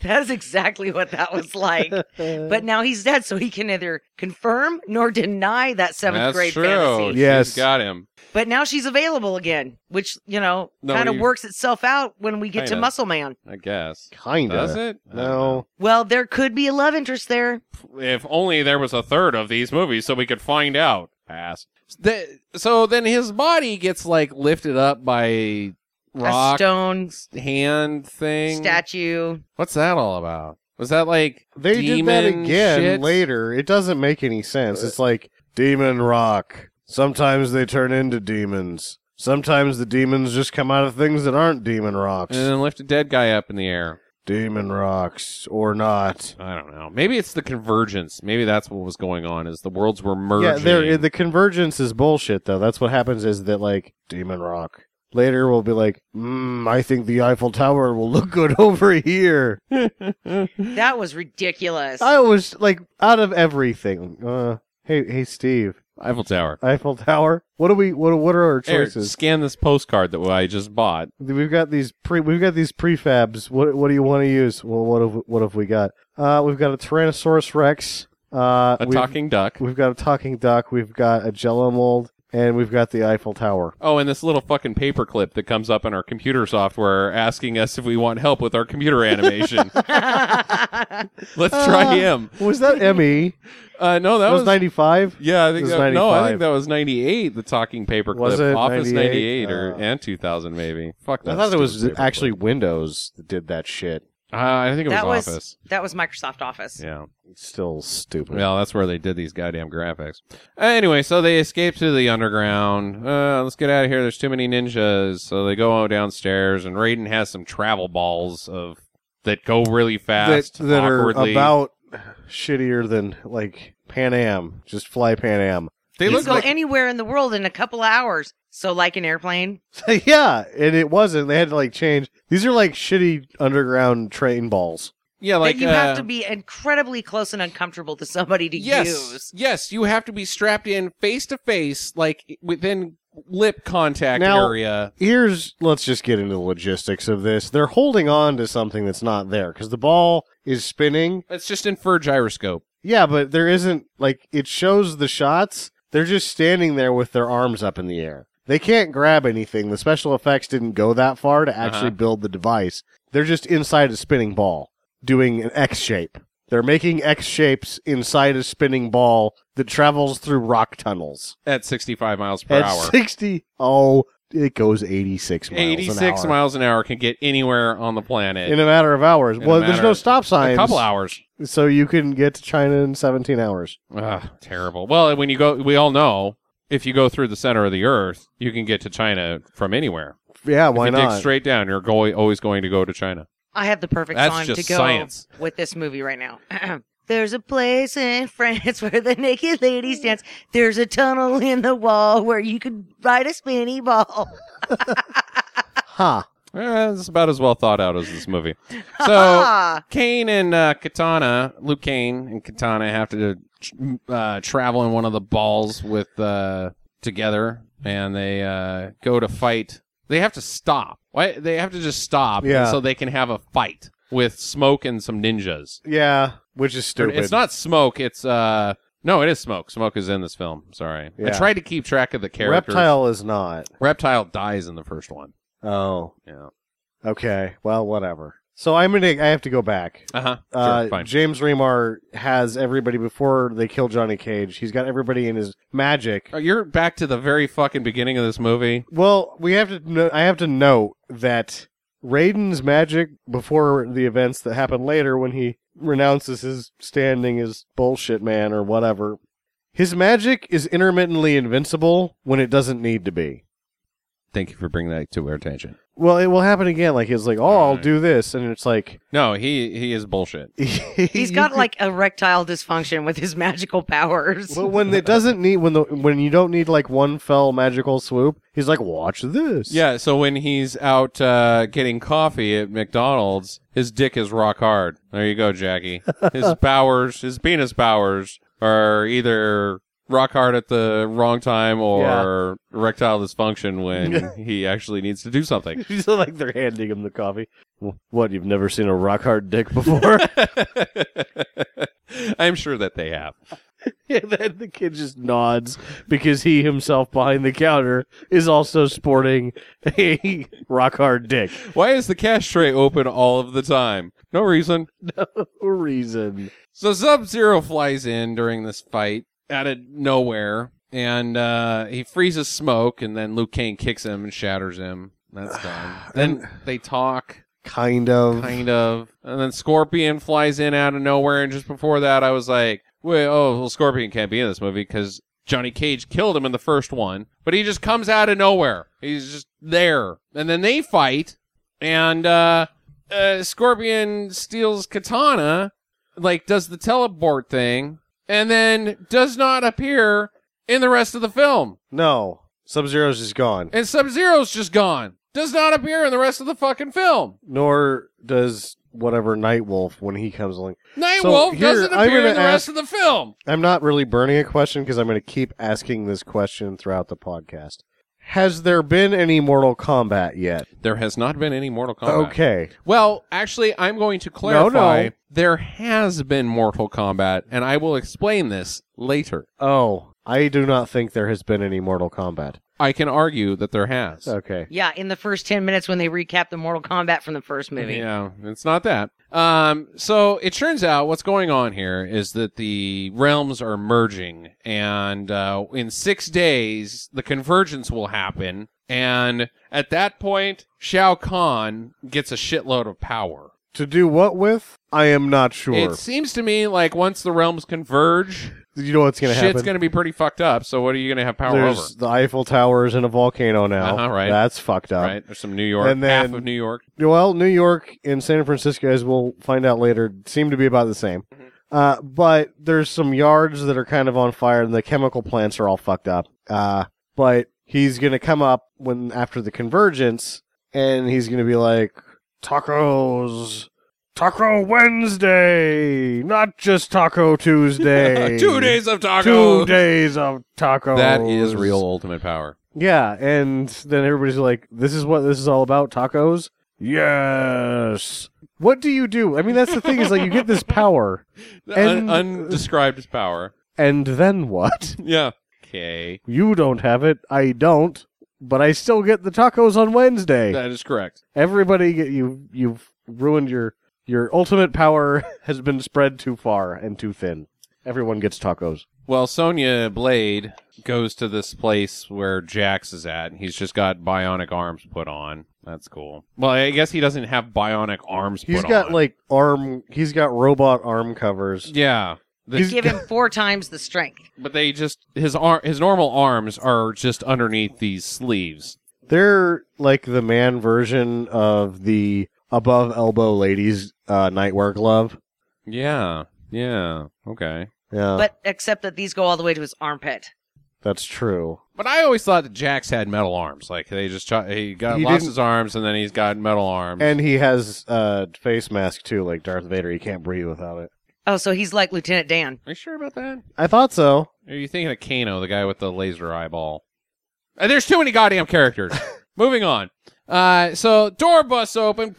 Speaker 3: that's exactly what that was like but now he's dead so he can neither confirm nor deny that seventh
Speaker 1: That's
Speaker 3: grade
Speaker 1: true.
Speaker 3: fantasy
Speaker 1: She's
Speaker 4: Yes.
Speaker 1: got him.
Speaker 3: But now she's available again, which, you know,
Speaker 1: No,
Speaker 3: kind of
Speaker 1: you-
Speaker 3: works itself out when we get to
Speaker 1: Kinda.
Speaker 3: Muscle Man.
Speaker 1: I guess.
Speaker 4: kind
Speaker 1: Does
Speaker 4: of.
Speaker 1: it? I don't
Speaker 4: No.
Speaker 3: Well, there could be a love interest there.
Speaker 1: know. If only there was a third of these movies, so we could find out. Pass. The, so then his body gets like lifted up by
Speaker 3: a
Speaker 1: rock
Speaker 3: stone
Speaker 1: hand thing.
Speaker 3: statue.
Speaker 1: What's that all about? Was that like
Speaker 4: They did that
Speaker 1: demon
Speaker 4: again
Speaker 1: shit?
Speaker 4: later. It doesn't make any sense. It's like demon rock. Sometimes they turn into demons. Sometimes the demons just come out of things that aren't demon rocks.
Speaker 1: and then lift a dead guy up in the air?
Speaker 4: Demon rocks or not.
Speaker 1: I don't know. Maybe it's the convergence. Maybe that's what was going on. Is the worlds were merging?
Speaker 4: Yeah, there the convergence is bullshit though. That's what happens is that like demon rock. Later we'll be like, mm, I think the Eiffel Tower will look good over here.
Speaker 3: That was ridiculous.
Speaker 4: I was like, out of everything. Uh, hey, hey, Steve,
Speaker 1: Eiffel Tower.
Speaker 4: Eiffel Tower. What do we? What? What are our
Speaker 1: Eric,
Speaker 4: choices?
Speaker 1: scan this postcard that I just bought.
Speaker 4: We've got these pre we've got these prefabs. What what do you want to use? Well, what have what have we got? Uh, we've got a Tyrannosaurus Rex. Uh,
Speaker 1: A
Speaker 4: we've,
Speaker 1: talking duck.
Speaker 4: We've got a talking duck. We've got a Jello mold, and we've got the Eiffel Tower.
Speaker 1: Oh, and this little fucking paperclip that comes up in our computer software asking us if we want help with our computer animation. Let's try
Speaker 4: Ah.
Speaker 1: him.
Speaker 4: Was that Emmy?
Speaker 1: Uh, no, that
Speaker 4: that
Speaker 1: was,
Speaker 4: was ninety five.
Speaker 1: yeah. I think
Speaker 4: was
Speaker 1: that, no, I
Speaker 4: 95.
Speaker 1: think that was ninety eight. The talking paperclip,
Speaker 4: Was it
Speaker 1: Office
Speaker 4: 98?
Speaker 1: ninety eight or
Speaker 4: Uh,
Speaker 1: and two thousand maybe. Fuck that.
Speaker 4: I thought it was
Speaker 1: stupid paperclip.
Speaker 4: actually Windows that did that shit.
Speaker 1: Uh, I think it was
Speaker 3: that was
Speaker 1: Office.
Speaker 3: that was Microsoft Office.
Speaker 1: Yeah.
Speaker 4: It's still stupid.
Speaker 1: Well, that's where they did these goddamn graphics. Anyway, so they escape to the underground. Uh, let's get out of here. There's too many ninjas. So they go downstairs, and Raiden has some travel balls of that go really
Speaker 4: that,
Speaker 1: fast,
Speaker 4: that are
Speaker 1: awkwardly.
Speaker 4: about shittier than like Pan Am. Just fly Pan Am.
Speaker 1: they
Speaker 3: you
Speaker 1: look
Speaker 3: go
Speaker 1: like
Speaker 3: anywhere in the world in a couple of hours. So like an airplane.
Speaker 4: yeah, and it wasn't. They had to like change. These are like shitty underground train balls.
Speaker 1: yeah,
Speaker 3: Like
Speaker 1: like
Speaker 3: you
Speaker 1: uh,
Speaker 3: have to be incredibly close and uncomfortable to somebody to
Speaker 1: yes,
Speaker 3: use.
Speaker 1: yes, you have to be strapped in face to face, like within lip contact
Speaker 4: Now-
Speaker 1: area.
Speaker 4: Here's let's just get into the logistics of this. They're holding on to something that's not there because the ball is spinning.
Speaker 1: It's just infer gyroscope.
Speaker 4: Yeah, but there isn't like it shows the shots. They're just standing there with their arms up in the air. They can't grab anything. The special effects didn't go that far to actually
Speaker 1: Uh-huh.
Speaker 4: build the device. They're just inside a spinning ball doing an X shape. They're making X shapes inside a spinning ball that travels through rock tunnels.
Speaker 1: At 65 miles per
Speaker 4: at
Speaker 1: hour.
Speaker 4: 60 oh it goes 86 miles
Speaker 1: 86
Speaker 4: an hour.
Speaker 1: miles an hour can get anywhere on the planet.
Speaker 4: in a matter of hours
Speaker 1: In a
Speaker 4: well there's
Speaker 1: matter
Speaker 4: no
Speaker 1: of-
Speaker 4: stop signs
Speaker 1: A couple hours.
Speaker 4: so you can get to china in 17 hours
Speaker 1: Ugh, terrible. Well, when you go, we all know if you go through the center of the Earth, you can get to China from anywhere.
Speaker 4: yeah
Speaker 1: If
Speaker 4: why
Speaker 1: you dig
Speaker 4: not
Speaker 1: straight down, you're going always going to go to China.
Speaker 3: I have the perfect
Speaker 1: That's
Speaker 3: song
Speaker 1: just
Speaker 3: to go
Speaker 1: science.
Speaker 3: with this movie right now. There's a place in France where the naked ladies dance. There's a tunnel in the wall where you could ride a spinny ball.
Speaker 4: ha
Speaker 1: Eh, it's about as well thought out as this movie. So
Speaker 3: Ah,
Speaker 1: Kane and uh, Katana, Luke Kane and Katana have to uh, travel in one of the balls with uh, together, and they uh, go to fight. They have to stop. Why? They have to just stop,
Speaker 4: Yeah.
Speaker 1: so they can have a fight with smoke and some ninjas.
Speaker 4: yeah which is
Speaker 1: Or
Speaker 4: stupid
Speaker 1: It's not smoke. It's uh no, it is smoke. Smoke is in this film. Sorry, I
Speaker 4: Yeah.
Speaker 1: tried to keep track of the characters.
Speaker 4: reptile is not
Speaker 1: Reptile dies in the first one.
Speaker 4: oh
Speaker 1: Yeah.
Speaker 4: okay well whatever so i'm gonna i have to go back
Speaker 1: Uh huh.
Speaker 4: uh,
Speaker 1: sure, fine.
Speaker 4: James Remar has everybody before they kill Johnny Cage. He's got everybody in his magic.
Speaker 1: Oh, You're back to the very fucking beginning of this movie.
Speaker 4: Well, we have to. No- I have to note that
Speaker 5: Raiden's magic before the events that happen later when he renounces his standing as bullshit man or whatever. His magic is intermittently invincible when it doesn't need to be.
Speaker 1: Thank you for bringing that to our attention.
Speaker 5: Well, it will happen again. Like he's like, oh, I'll do this, and it's like
Speaker 1: No, he he is bullshit.
Speaker 5: he's
Speaker 3: He's got like erectile dysfunction with his magical powers.
Speaker 5: But when it doesn't need when the when you don't need like one fell magical swoop, he's like, watch this.
Speaker 1: Yeah, so when he's out uh, getting coffee at McDonald's, his dick is rock hard. There you go, Jackie. His powers, his penis powers, are either rock hard at the wrong time or erectile dysfunction when he actually needs to do something.
Speaker 5: He's like they're handing him the coffee. "Wh- What you've never seen a rock hard dick before?
Speaker 1: I'm sure that they have.
Speaker 5: and then the kid just nods because he himself behind the counter is also sporting a rock hard dick.
Speaker 1: Why is the cash tray open all of the time? No reason.
Speaker 5: No reason.
Speaker 1: So Sub Zero flies in during this fight out of nowhere, and uh, he freezes Smoke, and then Luke Kane kicks him and shatters him. That's done. then they talk,
Speaker 5: Kind of.
Speaker 1: kind of, and then Scorpion flies in out of nowhere. And just before that, I was like, "Wait, oh, well, Scorpion can't be in this movie because Johnny Cage killed him in the first one." But he just comes out of nowhere. He's just there, and then they fight, and uh, uh, Scorpion steals Katana like does the teleport thing and then does not appear in the rest of the film.
Speaker 5: No. Sub Zero's just gone.
Speaker 1: And Sub Zero's just gone. Does not appear in the rest of the fucking film.
Speaker 5: Nor does whatever Nightwolf when he comes along. So,
Speaker 1: Nightwolf
Speaker 5: here,
Speaker 1: doesn't
Speaker 5: I'm
Speaker 1: appear
Speaker 5: gonna
Speaker 1: in the rest
Speaker 5: ask-
Speaker 1: of the film.
Speaker 5: I'm not really burning a question because I'm going to keep asking this question throughout the podcast. Has there been any Mortal Kombat yet?
Speaker 1: There has not been any Mortal Kombat.
Speaker 5: Okay.
Speaker 1: Well, actually, I'm going to
Speaker 5: No, no.
Speaker 1: clarify. There has been Mortal Kombat, and I will explain this later.
Speaker 5: Oh, I do not think there has been any Mortal Kombat.
Speaker 1: I can argue that there has.
Speaker 5: Okay.
Speaker 3: Yeah, in the first 10 minutes when they recap the Mortal Kombat from the first movie.
Speaker 1: Yeah, it's not that. Um, so it turns out what's going on here is that the realms are merging, and uh, in six days the convergence will happen. And at that point, Shao Kahn gets a shitload of power.
Speaker 5: To do what with? I am not sure.
Speaker 1: It seems to me like once the realms converge,
Speaker 5: you know what's going to
Speaker 1: shit's
Speaker 5: happen?
Speaker 1: going to be pretty fucked up. So what are you going to have power
Speaker 5: There's
Speaker 1: over?
Speaker 5: the Eiffel Towers and a volcano now.
Speaker 1: Uh-huh, right.
Speaker 5: That's fucked up.
Speaker 1: Right? There's some New York,
Speaker 5: And then-
Speaker 1: half of New York.
Speaker 5: Well, New York and San Francisco, as we'll find out later, seem to be about the same.
Speaker 1: Mm-hmm.
Speaker 5: Uh, but there's some yards that are kind of on fire, and the chemical plants are all fucked up. Uh, but he's gonna come up when after the convergence, and he's gonna be like, "Tacos, Taco Wednesday, not just Taco Tuesday.
Speaker 1: Two days of tacos.
Speaker 5: two days of tacos.
Speaker 1: That is real ultimate power.
Speaker 5: Yeah, and then everybody's like, "This is what this is all about: tacos." Yes. What do you do? I mean, that's the thing is like you get this power,
Speaker 1: Un-
Speaker 5: And-
Speaker 1: undescribed power.
Speaker 5: and then what?
Speaker 1: Yeah. Okay.
Speaker 5: You don't have it. I don't. But I still get the tacos on Wednesday.
Speaker 1: That is correct.
Speaker 5: Everybody, get, you you've ruined your your ultimate power has been spread too far and too thin. Everyone gets tacos.
Speaker 1: Well, Sonya Blade goes to this place where Jax is at, and he's just got bionic arms put on. That's cool. Well, I guess he doesn't have bionic arms
Speaker 5: He's
Speaker 1: put
Speaker 5: got
Speaker 1: on.
Speaker 5: like arm. He's got robot arm covers.
Speaker 1: Yeah. The-
Speaker 5: He's-
Speaker 3: Give him four times the strength.
Speaker 1: but they just his arm his normal arms are just underneath these sleeves.
Speaker 5: They're like the man version of the above elbow ladies uh, nightwear glove.
Speaker 1: Yeah. Yeah. Okay.
Speaker 5: Yeah,
Speaker 3: But except that these go all the way to his armpit.
Speaker 5: that's true.
Speaker 1: But I always thought that Jax had metal arms. Like they just try- he got
Speaker 5: He
Speaker 1: lost
Speaker 5: didn't-
Speaker 1: his arms and then he's got metal arms.
Speaker 5: And he has a face mask too, like Darth Vader. He can't breathe without it.
Speaker 3: Oh, so he's like Lieutenant Dan.
Speaker 1: are you sure about that?
Speaker 5: I thought so.
Speaker 1: Are you thinking of Kano, the guy with the laser eyeball? Uh, there's too many goddamn characters. Moving on. Uh, so door busts open,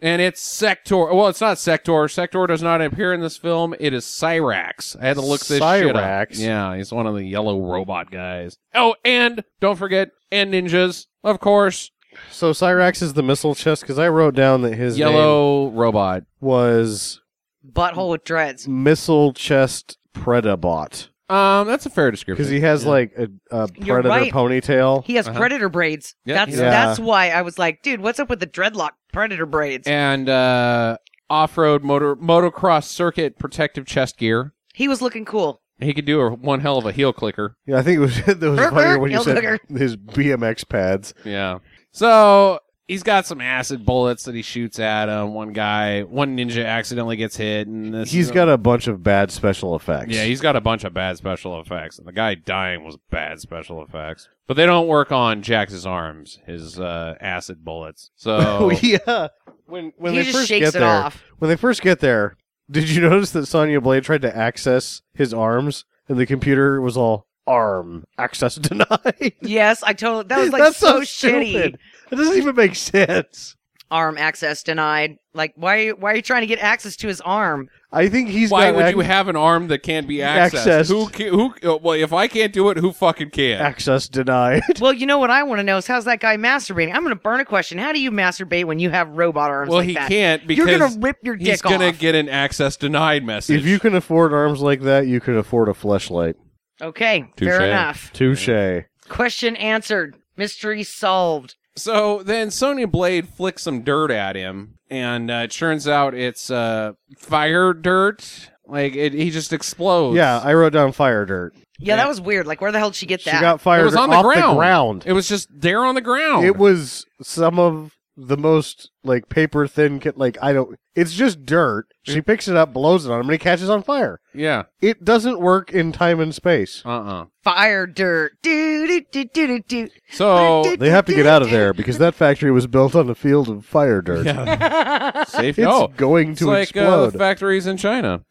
Speaker 1: and it's Sector. Well, it's not Sector. Sector does not appear in this film. It is Cyrax. I had to look this shit up.
Speaker 5: Cyrax?
Speaker 1: Yeah, he's one of the yellow robot guys. Oh, and don't forget, and ninjas, of course.
Speaker 5: So Cyrax is the missile chest because I wrote down that his name
Speaker 1: yellow robot.
Speaker 5: was
Speaker 3: Butthole with dreads.
Speaker 5: missile chest Predabot.
Speaker 1: Um, that's a fair description.
Speaker 5: because he has
Speaker 1: Yeah.
Speaker 5: like a, a
Speaker 3: You're
Speaker 5: predator
Speaker 3: right.
Speaker 5: ponytail.
Speaker 3: He has
Speaker 1: Uh-huh.
Speaker 3: predator braids.
Speaker 1: Yeah,
Speaker 3: that's
Speaker 5: yeah.
Speaker 3: that's why I was like, dude, what's up with the dreadlock predator braids?
Speaker 1: and uh, off-road motor motocross circuit protective chest gear.
Speaker 3: he was looking cool.
Speaker 1: He could do a one hell of a heel clicker.
Speaker 5: yeah, I think it was that was
Speaker 3: Burp,
Speaker 5: funnier
Speaker 3: burp,
Speaker 5: when you
Speaker 3: heel
Speaker 5: said
Speaker 3: hooker.
Speaker 5: his BMX pads.
Speaker 1: Yeah. So he's got some acid bullets that he shoots at him. One guy, one ninja accidentally gets hit, and this
Speaker 5: He's got a bunch of bad special effects.
Speaker 1: Yeah, he's got a bunch of bad special effects, and the guy dying was bad special effects. But they don't work on Jax's arms, his uh, acid bullets. So
Speaker 5: oh yeah. When when
Speaker 3: he
Speaker 5: they
Speaker 3: just
Speaker 5: first
Speaker 3: shakes
Speaker 5: get
Speaker 3: it
Speaker 5: there,
Speaker 3: off.
Speaker 5: when they first get there, did you notice that Sonya Blade tried to access his arms and the computer was all arm access denied?
Speaker 3: Yes, I totally. That was like
Speaker 5: That's
Speaker 3: so,
Speaker 5: so
Speaker 3: shitty.
Speaker 5: stupid. It doesn't even make sense.
Speaker 3: Arm access denied. Like, why? Why are you trying to get access to his arm?
Speaker 5: I think he's
Speaker 1: why
Speaker 5: got
Speaker 1: would
Speaker 5: ac-
Speaker 1: you have an arm that can't be accessed?
Speaker 5: Accessed.
Speaker 1: Who ca- who? uh, Well, if I can't do it, who fucking can?
Speaker 5: access denied.
Speaker 3: Well, you know what I want to know is how's that guy masturbating? I'm going to burn a question. How do you masturbate when you have robot arms?
Speaker 1: well,
Speaker 3: like
Speaker 1: he
Speaker 3: that?
Speaker 1: can't because
Speaker 3: You're going to rip your dick
Speaker 1: he's gonna
Speaker 3: off.
Speaker 1: get an access denied message.
Speaker 5: if you can afford arms like that, you can afford a fleshlight.
Speaker 3: Okay,
Speaker 1: Touche.
Speaker 3: fair enough.
Speaker 5: Touche.
Speaker 3: Question answered. Mystery solved.
Speaker 1: So then Sonya Blade flicks some dirt at him, and uh, it turns out it's uh, fire dirt. Like it, he just explodes.
Speaker 5: Yeah, I wrote down fire dirt.
Speaker 3: Yeah,
Speaker 1: Yeah.
Speaker 3: that was weird. Like, where the hell did she get
Speaker 5: She
Speaker 3: that?
Speaker 5: got fire
Speaker 1: It was
Speaker 5: dirt
Speaker 1: on the
Speaker 5: off
Speaker 1: ground.
Speaker 5: the ground.
Speaker 1: it was just there on the ground.
Speaker 5: It was some of the most like paper thin ca- like I don't it's just dirt.
Speaker 1: Mm-hmm.
Speaker 5: She picks it up, blows it on him, and he catches on fire.
Speaker 1: yeah.
Speaker 5: It doesn't work in time and space.
Speaker 1: Uh uh
Speaker 3: fire dirt. Do do do do do do.
Speaker 1: So
Speaker 5: They have to get out of there because that factory was built on a field of fire dirt.
Speaker 1: yeah,
Speaker 5: It's
Speaker 1: safety. Oh,
Speaker 5: going
Speaker 1: it's
Speaker 5: to
Speaker 1: like uh,
Speaker 5: explode.
Speaker 1: the factories in China.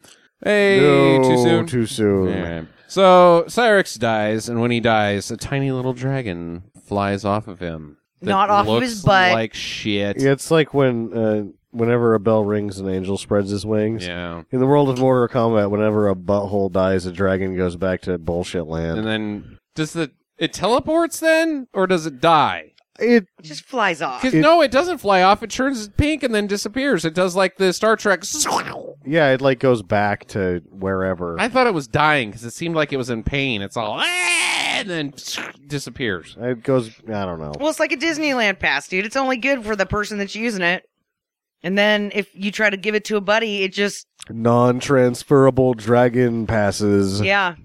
Speaker 1: Hey, too
Speaker 5: No,
Speaker 1: soon.
Speaker 5: Too soon.
Speaker 1: Yeah. So Cyrix dies, and when he dies, a tiny little dragon flies off of him. that
Speaker 3: Not off of his
Speaker 1: looks
Speaker 3: butt.
Speaker 1: Like shit.
Speaker 5: Yeah, It's like when uh, whenever a bell rings, an angel spreads his wings.
Speaker 1: yeah.
Speaker 5: In the world of Mortal Kombat, whenever a butthole dies, a dragon goes back to bullshit land.
Speaker 1: and uh, then does the it teleports then or does it die
Speaker 5: it
Speaker 3: It just flies off.
Speaker 1: because
Speaker 5: It-
Speaker 1: no it doesn't fly off it turns pink and then disappears it does like the star trek
Speaker 5: yeah, it like goes back to wherever.
Speaker 1: i thought it was dying because it seemed like it was in pain it's all "Ah," and then disappears
Speaker 5: It goes. I don't know.
Speaker 3: Well, it's like a Disneyland pass, dude. It's only good for the person that's using it. And then if you try to give it to a buddy, it just
Speaker 5: Non-transferable dragon passes.
Speaker 3: yeah,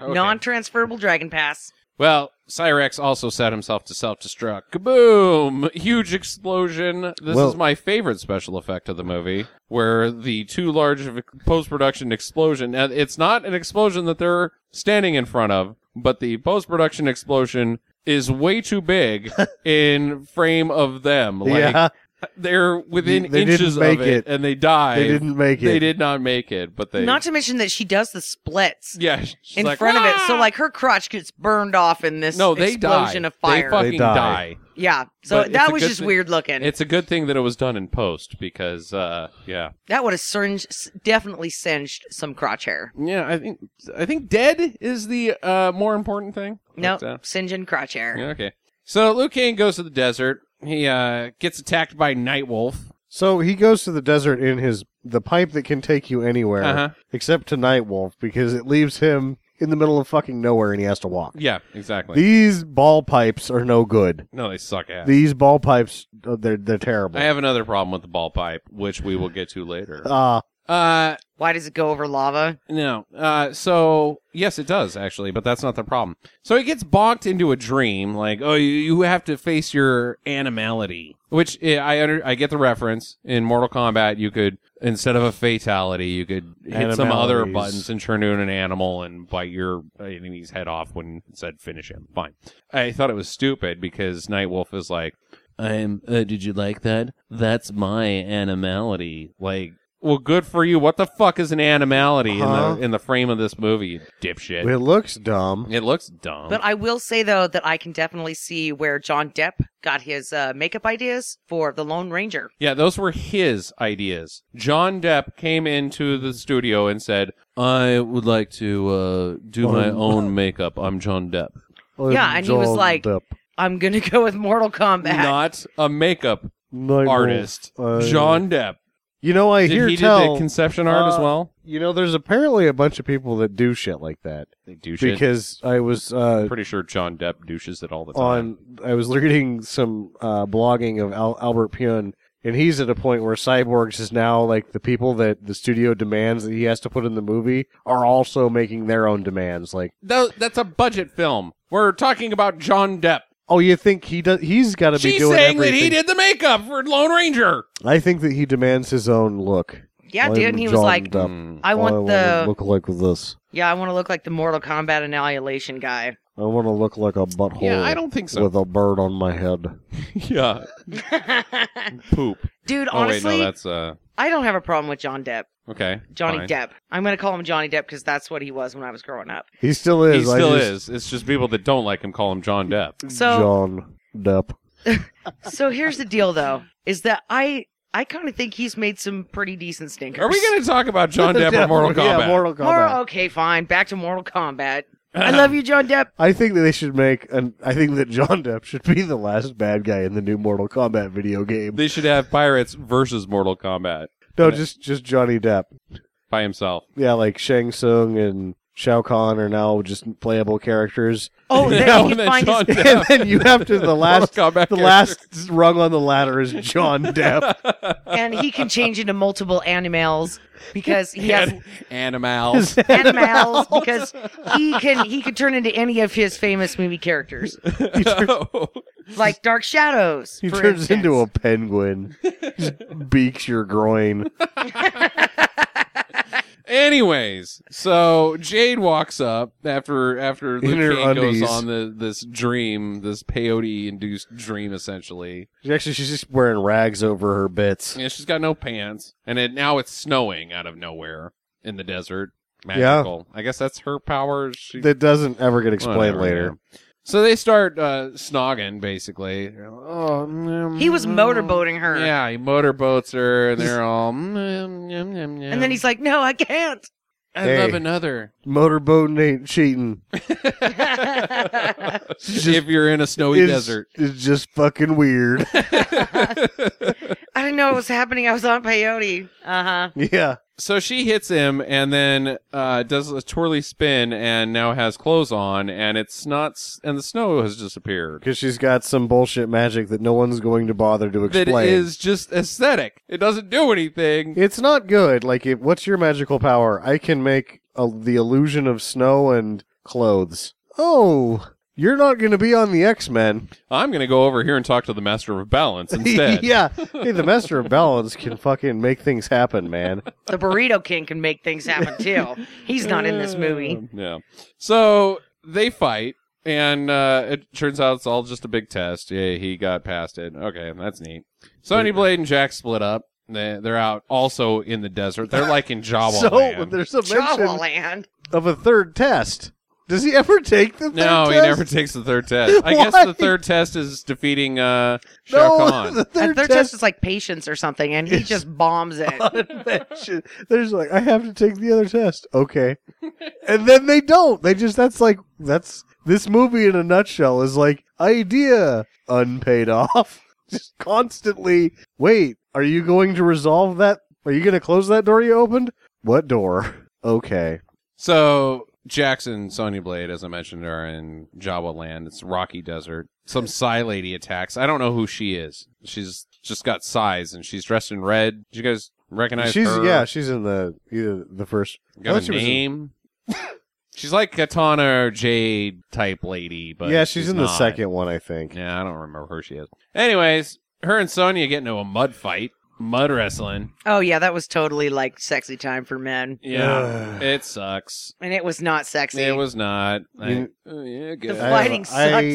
Speaker 1: Okay.
Speaker 3: non-transferable dragon pass.
Speaker 1: well cyrex also set himself to self-destruct kaboom huge explosion this
Speaker 5: Well-
Speaker 1: is my favorite special effect of the movie where the too large of a post-production explosion and it's not an explosion that they're standing in front of but the post-production explosion is way too big in frame of them like
Speaker 5: yeah,
Speaker 1: they're within
Speaker 5: They didn't
Speaker 1: inches
Speaker 5: make
Speaker 1: of it,
Speaker 5: it.
Speaker 1: and they die
Speaker 5: they didn't make it.
Speaker 1: They did not make it but they
Speaker 3: Not to mention that she does the splits
Speaker 1: yeah she's
Speaker 3: in
Speaker 1: like,
Speaker 3: front of it, so
Speaker 1: "Ah!"
Speaker 3: like her crotch gets burned off in this
Speaker 1: no they
Speaker 3: explosion
Speaker 1: die.
Speaker 3: of fire.
Speaker 1: they fucking
Speaker 5: They
Speaker 1: die.
Speaker 5: die.
Speaker 3: yeah, so
Speaker 1: But it's
Speaker 3: that
Speaker 1: a
Speaker 3: was
Speaker 1: good
Speaker 3: just
Speaker 1: thing-
Speaker 3: weird looking.
Speaker 1: it's a good thing that it was done in post because uh yeah
Speaker 3: that would have singed, definitely singed some crotch hair.
Speaker 1: yeah i think i think dead is the uh more important thing
Speaker 3: No,
Speaker 1: But, uh,
Speaker 3: singeing crotch hair.
Speaker 1: yeah, okay so luke kane goes to the desert he uh gets attacked by nightwolf
Speaker 5: So he goes to the desert in his the pipe that can take you anywhere
Speaker 1: Uh-huh.
Speaker 5: except to Nightwolf because it leaves him in the middle of fucking nowhere and he has to walk.
Speaker 1: yeah exactly
Speaker 5: These ball pipes are no good.
Speaker 1: no they suck ass
Speaker 5: These ball pipes uh, they're they're terrible.
Speaker 1: i have another problem with the ball pipe which we will get to later
Speaker 5: uh,
Speaker 1: uh
Speaker 3: Why does it go over lava?
Speaker 1: No. Uh, so yes, it does actually, but that's not the problem. So he gets bonked into a dream, like, oh, you, you have to face your animality, which eh, I under, I get the reference. In Mortal Kombat, you could instead of a fatality, you could hit some other
Speaker 5: Animalities.
Speaker 1: buttons and turn into an animal and bite your enemy's head off when it said finish him. Fine. I thought it was stupid because Nightwolf is like, I'm. Uh, did you like that? That's my animality. Like, well, good for you. What the fuck is an animality in
Speaker 5: Huh?
Speaker 1: the in the frame of this movie, you dipshit?
Speaker 5: it looks dumb.
Speaker 1: it looks dumb.
Speaker 3: But I will say though that I can definitely see where John Depp got his uh, makeup ideas for the Lone Ranger.
Speaker 1: yeah, those were his ideas. John Depp came into the studio and said, "I would like to uh, do my
Speaker 5: Um.
Speaker 1: own makeup. I'm John Depp,
Speaker 3: Yeah, and he was
Speaker 5: Jogged
Speaker 3: like,
Speaker 5: up.
Speaker 3: I'm gonna go with Mortal Kombat.
Speaker 1: not a makeup
Speaker 5: Nightwolf,
Speaker 1: artist.
Speaker 5: uh,
Speaker 1: John Depp.
Speaker 5: You know, I
Speaker 1: Did
Speaker 5: hear
Speaker 1: he did
Speaker 5: tell.
Speaker 1: the conception art as
Speaker 5: uh,
Speaker 1: well?
Speaker 5: you know, there's apparently a bunch of people that do shit like that.
Speaker 1: They douche
Speaker 5: Because I was uh,
Speaker 1: I'm pretty sure John Depp douches it all the time.
Speaker 5: on I was reading some uh, blogging of Al- Albert Pyun, and he's at a point where Cyborgs is now like the people that the studio demands that he has to put in the movie are also making their own demands. Like,
Speaker 1: Tho- that's a budget film. We're talking about John Depp.
Speaker 5: oh, you think he does? He's got to be
Speaker 1: She's
Speaker 5: doing
Speaker 1: saying
Speaker 5: everything.
Speaker 1: that he did the makeup for Lone Ranger.
Speaker 5: I think that he demands his own look.
Speaker 3: Yeah,
Speaker 5: I'm
Speaker 3: dude. And he was
Speaker 5: John
Speaker 3: like,
Speaker 5: Depp.
Speaker 1: Mm.
Speaker 3: I want
Speaker 5: wanna
Speaker 3: the
Speaker 5: look like this.
Speaker 3: yeah, I want to look like the Mortal Kombat Annihilation guy.
Speaker 5: I want to look like a butthole.
Speaker 1: Yeah, I don't think so.
Speaker 5: With a bird on my head.
Speaker 1: yeah, poop.
Speaker 3: dude,
Speaker 1: oh wait, no,
Speaker 3: honestly,
Speaker 1: that's uh.
Speaker 3: I don't have a problem with John Depp.
Speaker 1: Okay,
Speaker 3: Johnny
Speaker 1: fine.
Speaker 3: Depp. I'm gonna call him Johnny Depp because that's what he was when I was growing up.
Speaker 5: He still
Speaker 1: He
Speaker 5: is. I
Speaker 1: still
Speaker 5: just-
Speaker 1: is. It's just people that don't like him call him John Depp.
Speaker 5: Mm,
Speaker 3: So
Speaker 5: John Depp.
Speaker 3: so here's the deal though, is that I I kind of think he's made some pretty decent stinkers.
Speaker 1: Are we going to talk about John Depp
Speaker 5: Yeah,
Speaker 1: or Mortal Kombat?
Speaker 5: Yeah, Mortal Kombat.
Speaker 3: Mortal, okay, fine. Back to Mortal Kombat. I love you, John Depp.
Speaker 5: I think that they should make, and I think that John Depp should be the last bad guy in the new Mortal Kombat video game.
Speaker 1: They should have pirates versus Mortal Kombat
Speaker 5: No, just just Johnny Depp.
Speaker 1: by himself.
Speaker 5: Yeah, like Shang Tsung and Shao Kahn are now just playable characters.
Speaker 3: Oh, then
Speaker 1: Yeah,
Speaker 3: you
Speaker 1: and
Speaker 3: can
Speaker 1: then
Speaker 3: find
Speaker 1: John
Speaker 3: his,
Speaker 1: Depp.
Speaker 5: and then you have to the last
Speaker 1: Mortal Kombat
Speaker 5: the
Speaker 1: character.
Speaker 5: last rung on the ladder is John Depp.
Speaker 3: and he can change into multiple animals because he has
Speaker 1: An- animals.
Speaker 3: animals because he can he can turn into any of his famous movie characters like Dark Shadows.
Speaker 5: He
Speaker 3: for
Speaker 5: turns into a
Speaker 3: instance.
Speaker 5: penguin. just beaks your groin.
Speaker 1: Anyways, so Jade walks up after after
Speaker 5: In her
Speaker 1: Luke Cage goes
Speaker 5: undies.
Speaker 1: on the this dream, this peyote induced dream essentially.
Speaker 5: Actually, she's just wearing rags over her bits.
Speaker 1: Yeah, she's got no pants, and it now it's snowing out of nowhere in the desert.
Speaker 5: Yeah.
Speaker 1: Magical. I guess that's her power. She
Speaker 5: That doesn't ever get explained
Speaker 1: whatever,
Speaker 5: later.
Speaker 1: yeah. So they start uh, snogging basically. They're like, Oh, mm,
Speaker 3: He was
Speaker 1: mm,
Speaker 3: motorboating her.
Speaker 1: Yeah, he motorboats her, and they're all. Mm, yum, yum, yum.
Speaker 3: And then he's like, "No, I can't."
Speaker 1: I
Speaker 5: Hey.
Speaker 1: love another.
Speaker 5: Motorboating ain't cheating.
Speaker 1: if you're in a snowy
Speaker 5: It's-
Speaker 1: desert.
Speaker 5: It's just fucking weird.
Speaker 3: I didn't know it was happening. I was on peyote. Uh huh.
Speaker 5: yeah.
Speaker 1: So she hits him and then uh, does a twirly spin and now has clothes on and it's not s- and the snow has disappeared.
Speaker 5: Because she's got some bullshit magic that no one's going to bother to
Speaker 1: That
Speaker 5: explain.
Speaker 1: is just aesthetic. It doesn't do anything.
Speaker 5: It's not good. Like, if, what's your magical power? I can make a, the illusion of snow and clothes. Oh, you're not going to be on the X Men.
Speaker 1: I'm gonna go over here and talk to the master of balance instead.
Speaker 5: yeah. Hey, the Master of Balance can fucking make things happen, man.
Speaker 3: The burrito king can make things happen too. He's not in this movie.
Speaker 1: Uh, Yeah. So they fight, and uh, it turns out it's all just a big test. Yeah, he got past it. Okay, that's neat. Sonny Blade and Jack split up. They- They're out also in the desert. They're like in Jawa
Speaker 5: so,
Speaker 1: land.
Speaker 5: there's a
Speaker 3: Jawa
Speaker 5: mention
Speaker 3: land.
Speaker 5: of a third test. Does he ever take the third
Speaker 1: No,
Speaker 5: test?
Speaker 1: he never takes the third test. I guess
Speaker 5: Why?
Speaker 1: the third test is defeating uh, Shao
Speaker 5: No,
Speaker 1: Kahn.
Speaker 5: the
Speaker 3: And
Speaker 5: third
Speaker 3: they're
Speaker 5: test
Speaker 3: just like patience or something, and he just bombs it.
Speaker 5: unmentioned. There's like, I have to take the other test. Okay. And then they don't. They just, that's like, that's, this movie in a nutshell is like, idea unpaid off. Just constantly, wait, are you going to resolve that? Are you going to close that door you opened? What door? Okay.
Speaker 1: So Jackson, Sonya Blade, as I mentioned, are in Jawa land. It's rocky desert. Some Psy lady attacks. I don't know who she is. She's just got size and she's dressed in red. Did you guys recognize
Speaker 5: she's,
Speaker 1: her?
Speaker 5: yeah, she's in the, either the first. I
Speaker 1: Got
Speaker 5: thought
Speaker 1: a
Speaker 5: she was in-
Speaker 1: name. she's like Katana or Jade type lady, but
Speaker 5: yeah, she's, in the
Speaker 1: not.
Speaker 5: second one, I think.
Speaker 1: Yeah, I don't remember who she is. Anyways, her and Sonya get into a mud fight, mud wrestling.
Speaker 3: Oh yeah, that was totally like sexy time for men,
Speaker 1: Yeah,
Speaker 5: Ugh.
Speaker 1: it sucks.
Speaker 3: and it was not sexy.
Speaker 1: It was not. I,
Speaker 5: You-
Speaker 1: uh, yeah,
Speaker 3: the
Speaker 1: good.
Speaker 5: I have-
Speaker 3: fighting
Speaker 5: I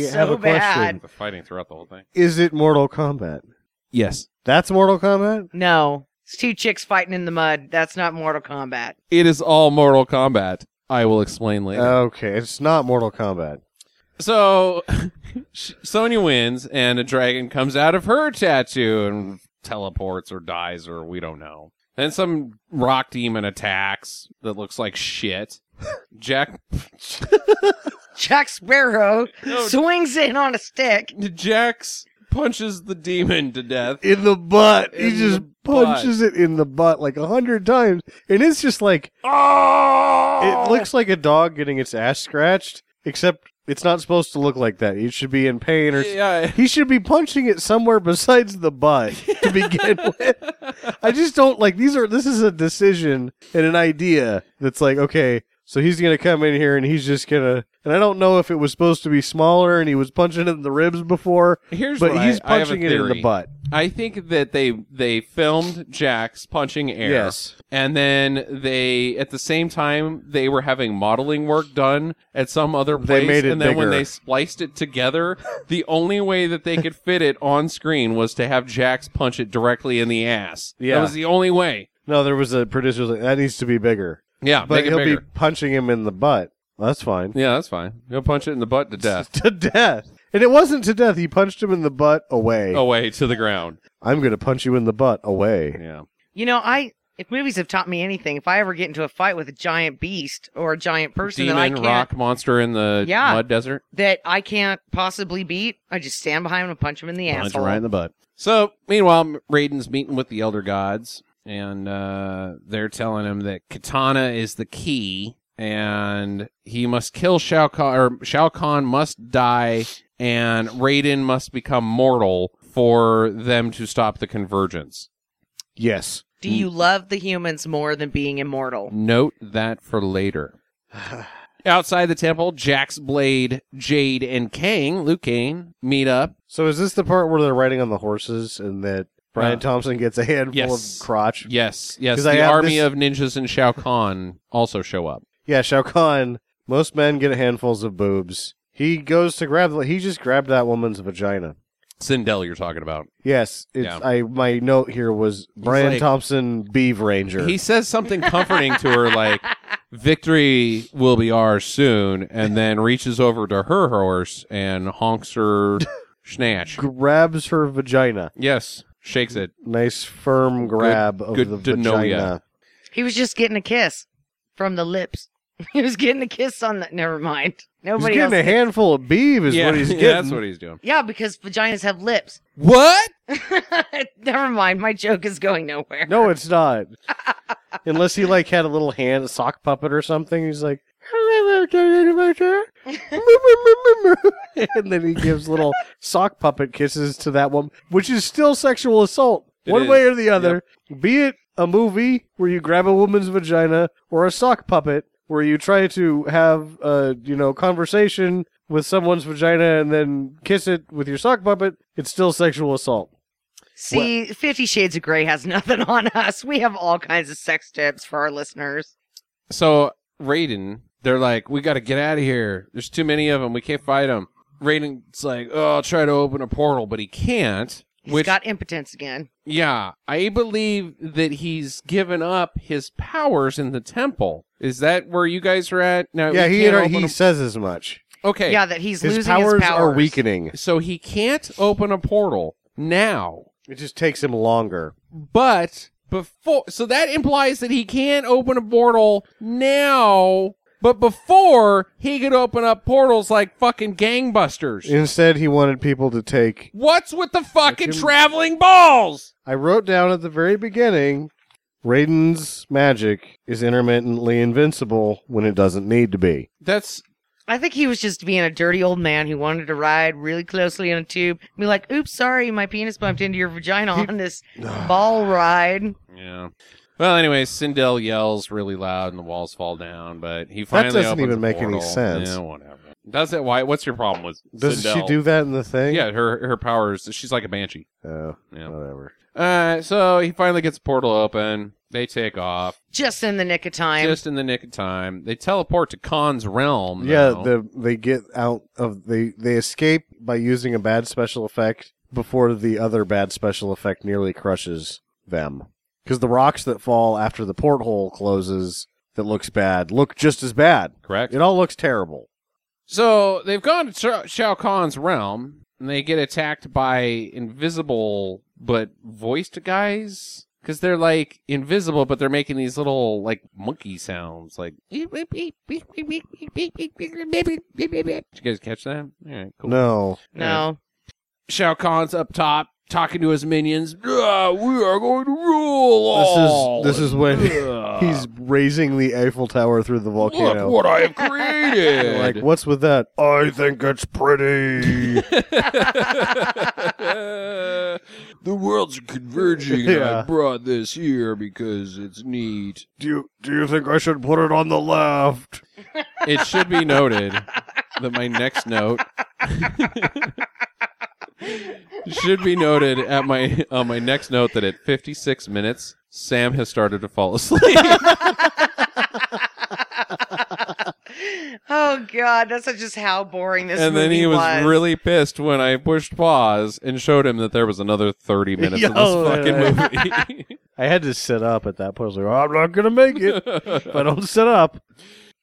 Speaker 3: sucked
Speaker 5: have
Speaker 3: so
Speaker 5: a question.
Speaker 3: bad.
Speaker 1: the fighting throughout the whole thing.
Speaker 5: Is it Mortal Kombat?
Speaker 1: Yes.
Speaker 5: That's Mortal Kombat?
Speaker 3: No, it's two chicks fighting in the mud. That's not Mortal Kombat.
Speaker 1: It is all Mortal Kombat. I will explain later.
Speaker 5: Okay, it's not Mortal Kombat.
Speaker 1: so, sh- Sonya wins, and a dragon comes out of her tattoo and teleports or dies, or we don't know. Then some rock demon attacks that looks like shit. Jack
Speaker 3: Jack Sparrow
Speaker 1: No. Oh.
Speaker 3: swings in on a stick.
Speaker 1: Jack's punches the demon to death.
Speaker 5: in the butt.
Speaker 1: In
Speaker 5: he just
Speaker 1: the
Speaker 5: punches it in the butt like a hundred times, and it's just like
Speaker 1: Oh!
Speaker 5: it looks like a dog getting its ass scratched, except it's not supposed to look like that. It should be in pain or.
Speaker 1: yeah.
Speaker 5: He should be punching it somewhere besides the butt to begin with. I just don't like these are this is a decision and an idea that's like, okay, so he's gonna come in here and he's just gonna and I don't know if it was supposed to be smaller and he was punching it in the ribs before,
Speaker 1: Here's
Speaker 5: but
Speaker 1: what
Speaker 5: he's
Speaker 1: I, I have a
Speaker 5: punching it in the
Speaker 1: theory.
Speaker 5: butt.
Speaker 1: I think that they they filmed Jax punching air.
Speaker 5: Yes.
Speaker 1: And then they at the same time they were having modeling work done at some other place.
Speaker 5: They made it
Speaker 1: and then when
Speaker 5: bigger.
Speaker 1: they spliced it together, the only way that they could fit it on screen was to have Jax punch it directly in the ass. That
Speaker 5: Yeah.
Speaker 1: was the only way.
Speaker 5: No, there was a producer was like, that needs to be bigger.
Speaker 1: Yeah,
Speaker 5: But
Speaker 1: make it
Speaker 5: he'll
Speaker 1: bigger.
Speaker 5: be punching him in the butt. Well, that's fine.
Speaker 1: Yeah, that's fine. He'll punch it in the butt to death.
Speaker 5: to death. And it wasn't to death. He punched him in the butt away.
Speaker 1: Away to the ground.
Speaker 5: I'm gonna punch you in the butt away.
Speaker 1: Yeah.
Speaker 3: You know, I if movies have taught me anything, if I ever get into a fight with a giant beast or a giant person that I
Speaker 1: Demon
Speaker 3: can't
Speaker 1: rock monster in the
Speaker 3: Yeah.
Speaker 1: mud desert.
Speaker 3: that I can't possibly beat, I just stand behind him and punch him in the
Speaker 5: Punch him
Speaker 3: asshole.
Speaker 5: right in the butt.
Speaker 1: So, meanwhile, M- Raiden's meeting with the Elder Gods, and uh, they're telling him that Katana is the key, and he must kill Shao Kahn, or Shao Kahn must die, and Raiden must become mortal for them to stop the convergence.
Speaker 5: Yes.
Speaker 3: Do
Speaker 1: Mm.
Speaker 3: you love the humans more than being immortal?
Speaker 1: Note that for later. Outside the temple, Jax, Blade, Jade, and Kang, Luke Kang, meet up.
Speaker 5: So is this the part where they're riding on the horses and that Brian
Speaker 1: Uh,
Speaker 5: Thompson gets a handful
Speaker 1: yes.
Speaker 5: of crotch?
Speaker 1: Yes, yes.
Speaker 5: 'Cause I
Speaker 1: The
Speaker 5: have
Speaker 1: army
Speaker 5: this-
Speaker 1: of ninjas and Shao Kahn also show up.
Speaker 5: Yeah, Shao Kahn. Most men get handfuls of boobs. He goes to grab. The, he just grabbed that woman's vagina.
Speaker 1: Sindel, you're talking about.
Speaker 5: Yes, it's, I my note here was Brian
Speaker 1: like-
Speaker 5: Thompson, Beeve Ranger.
Speaker 1: He says something comforting to her, like "Victory will be ours soon," and then reaches over to her horse and honks her snatch.
Speaker 5: grabs her vagina.
Speaker 1: Yes, shakes it.
Speaker 5: Nice firm grab of
Speaker 1: good
Speaker 5: the
Speaker 1: to know ya.
Speaker 5: vagina.
Speaker 3: He was just getting a kiss from the lips. He was getting a kiss on the. Never mind.
Speaker 5: He's
Speaker 3: Nobody
Speaker 5: getting
Speaker 3: else.
Speaker 5: a handful of beeve is what he's getting.
Speaker 1: yeah, that's what he's doing.
Speaker 3: yeah, because vaginas have lips.
Speaker 1: What?
Speaker 3: never mind. My joke is going nowhere.
Speaker 5: no, it's not. Unless he like had a little hand a sock puppet or something. He's like, and then he gives little sock puppet kisses to that one, which is still sexual assault,
Speaker 1: It
Speaker 5: one
Speaker 1: is.
Speaker 5: way or the other. Be it a movie where you grab a woman's vagina or a sock puppet where you try to have a you know conversation with someone's vagina and then kiss it with your sock puppet, it's still sexual assault.
Speaker 3: See, Fifty Shades of Grey has nothing on us. We have all kinds of sex tips for our listeners.
Speaker 1: So Raiden, they're like, "We got to get out of here. There's too many of them. We can't fight them." Raiden's like, "Oh, I'll try to open a portal, but he can't."
Speaker 3: He's
Speaker 1: which
Speaker 3: got impotence again.
Speaker 1: Yeah, I believe that he's given up his powers in the temple. Is that where you guys are at? No,
Speaker 5: yeah,
Speaker 1: we
Speaker 5: he
Speaker 1: can't
Speaker 5: had-
Speaker 1: open
Speaker 5: he
Speaker 1: a-
Speaker 5: says as much.
Speaker 1: okay.
Speaker 3: Yeah, that he's
Speaker 5: His
Speaker 3: losing
Speaker 5: powers,
Speaker 3: his powers.
Speaker 5: are weakening.
Speaker 1: So he can't open a portal now,
Speaker 5: It just takes him longer.
Speaker 1: but before. So that implies that he can open a portal now, but before he could open up portals like fucking gangbusters.
Speaker 5: Instead, he wanted people to take.
Speaker 1: What's with the fucking
Speaker 5: Jim-
Speaker 1: traveling balls?
Speaker 5: I wrote down at the very beginning Raiden's magic is intermittently invincible when it doesn't need to be.
Speaker 1: That's
Speaker 3: I think he was just being a dirty old man who wanted to ride really closely on a tube. Be like, oops, sorry, my penis bumped into your vagina on this ball ride.
Speaker 1: Yeah. Well, anyway, Sindel yells really loud and the walls fall down, but he finally
Speaker 5: doesn't
Speaker 1: opens
Speaker 5: even
Speaker 1: a
Speaker 5: make any
Speaker 1: portal.
Speaker 5: sense.
Speaker 1: Yeah, whatever. Does it? Why? What's your problem with?
Speaker 5: Doesn't she
Speaker 1: Sindel?
Speaker 5: do that in the thing?
Speaker 1: Yeah, her her powers. She's like a banshee.
Speaker 5: Oh,
Speaker 1: Yeah.
Speaker 5: whatever.
Speaker 1: Uh, so he finally gets the portal open. They take off
Speaker 3: Just in the nick of time.
Speaker 1: just in the nick of time. They teleport to Khan's realm.
Speaker 5: Yeah,
Speaker 1: though.
Speaker 5: the, they get out of they they escape by using a bad special effect before the other bad special effect nearly crushes them. Because the rocks that fall after the porthole closes that looks bad look just as bad.
Speaker 1: correct.
Speaker 5: It all looks terrible.
Speaker 1: So they've gone to Sh- Shao Kahn's realm and they get attacked by invisible but voiced guys because they're like invisible but they're making these little like monkey sounds like. Did you guys catch that? All right, cool.
Speaker 5: No.
Speaker 3: no.
Speaker 1: Shao Kahn's up top talking to his minions. "Ah, we are going to rule all.
Speaker 5: This is this is when
Speaker 1: Ah,
Speaker 5: he's raising the Eiffel Tower through the
Speaker 1: look
Speaker 5: volcano.
Speaker 1: what I have created.
Speaker 5: like, what's with that? I think it's pretty.
Speaker 1: Uh, the worlds are converging.
Speaker 5: Yeah.
Speaker 1: I brought this here because it's neat.
Speaker 5: do you do you think I should put it on the left?
Speaker 1: It should be noted that my next note should be noted at my on my next note that at 56 minutes Sam has started to fall asleep.
Speaker 3: oh god, that's just how boring this
Speaker 1: and then
Speaker 3: movie
Speaker 1: he was, really pissed when I pushed pause and showed him that there was another 30 minutes
Speaker 5: Yo,
Speaker 1: of this fucking
Speaker 5: I had to sit up at that point. I was like, I'm not gonna make it
Speaker 1: movie.
Speaker 5: if I don't sit up.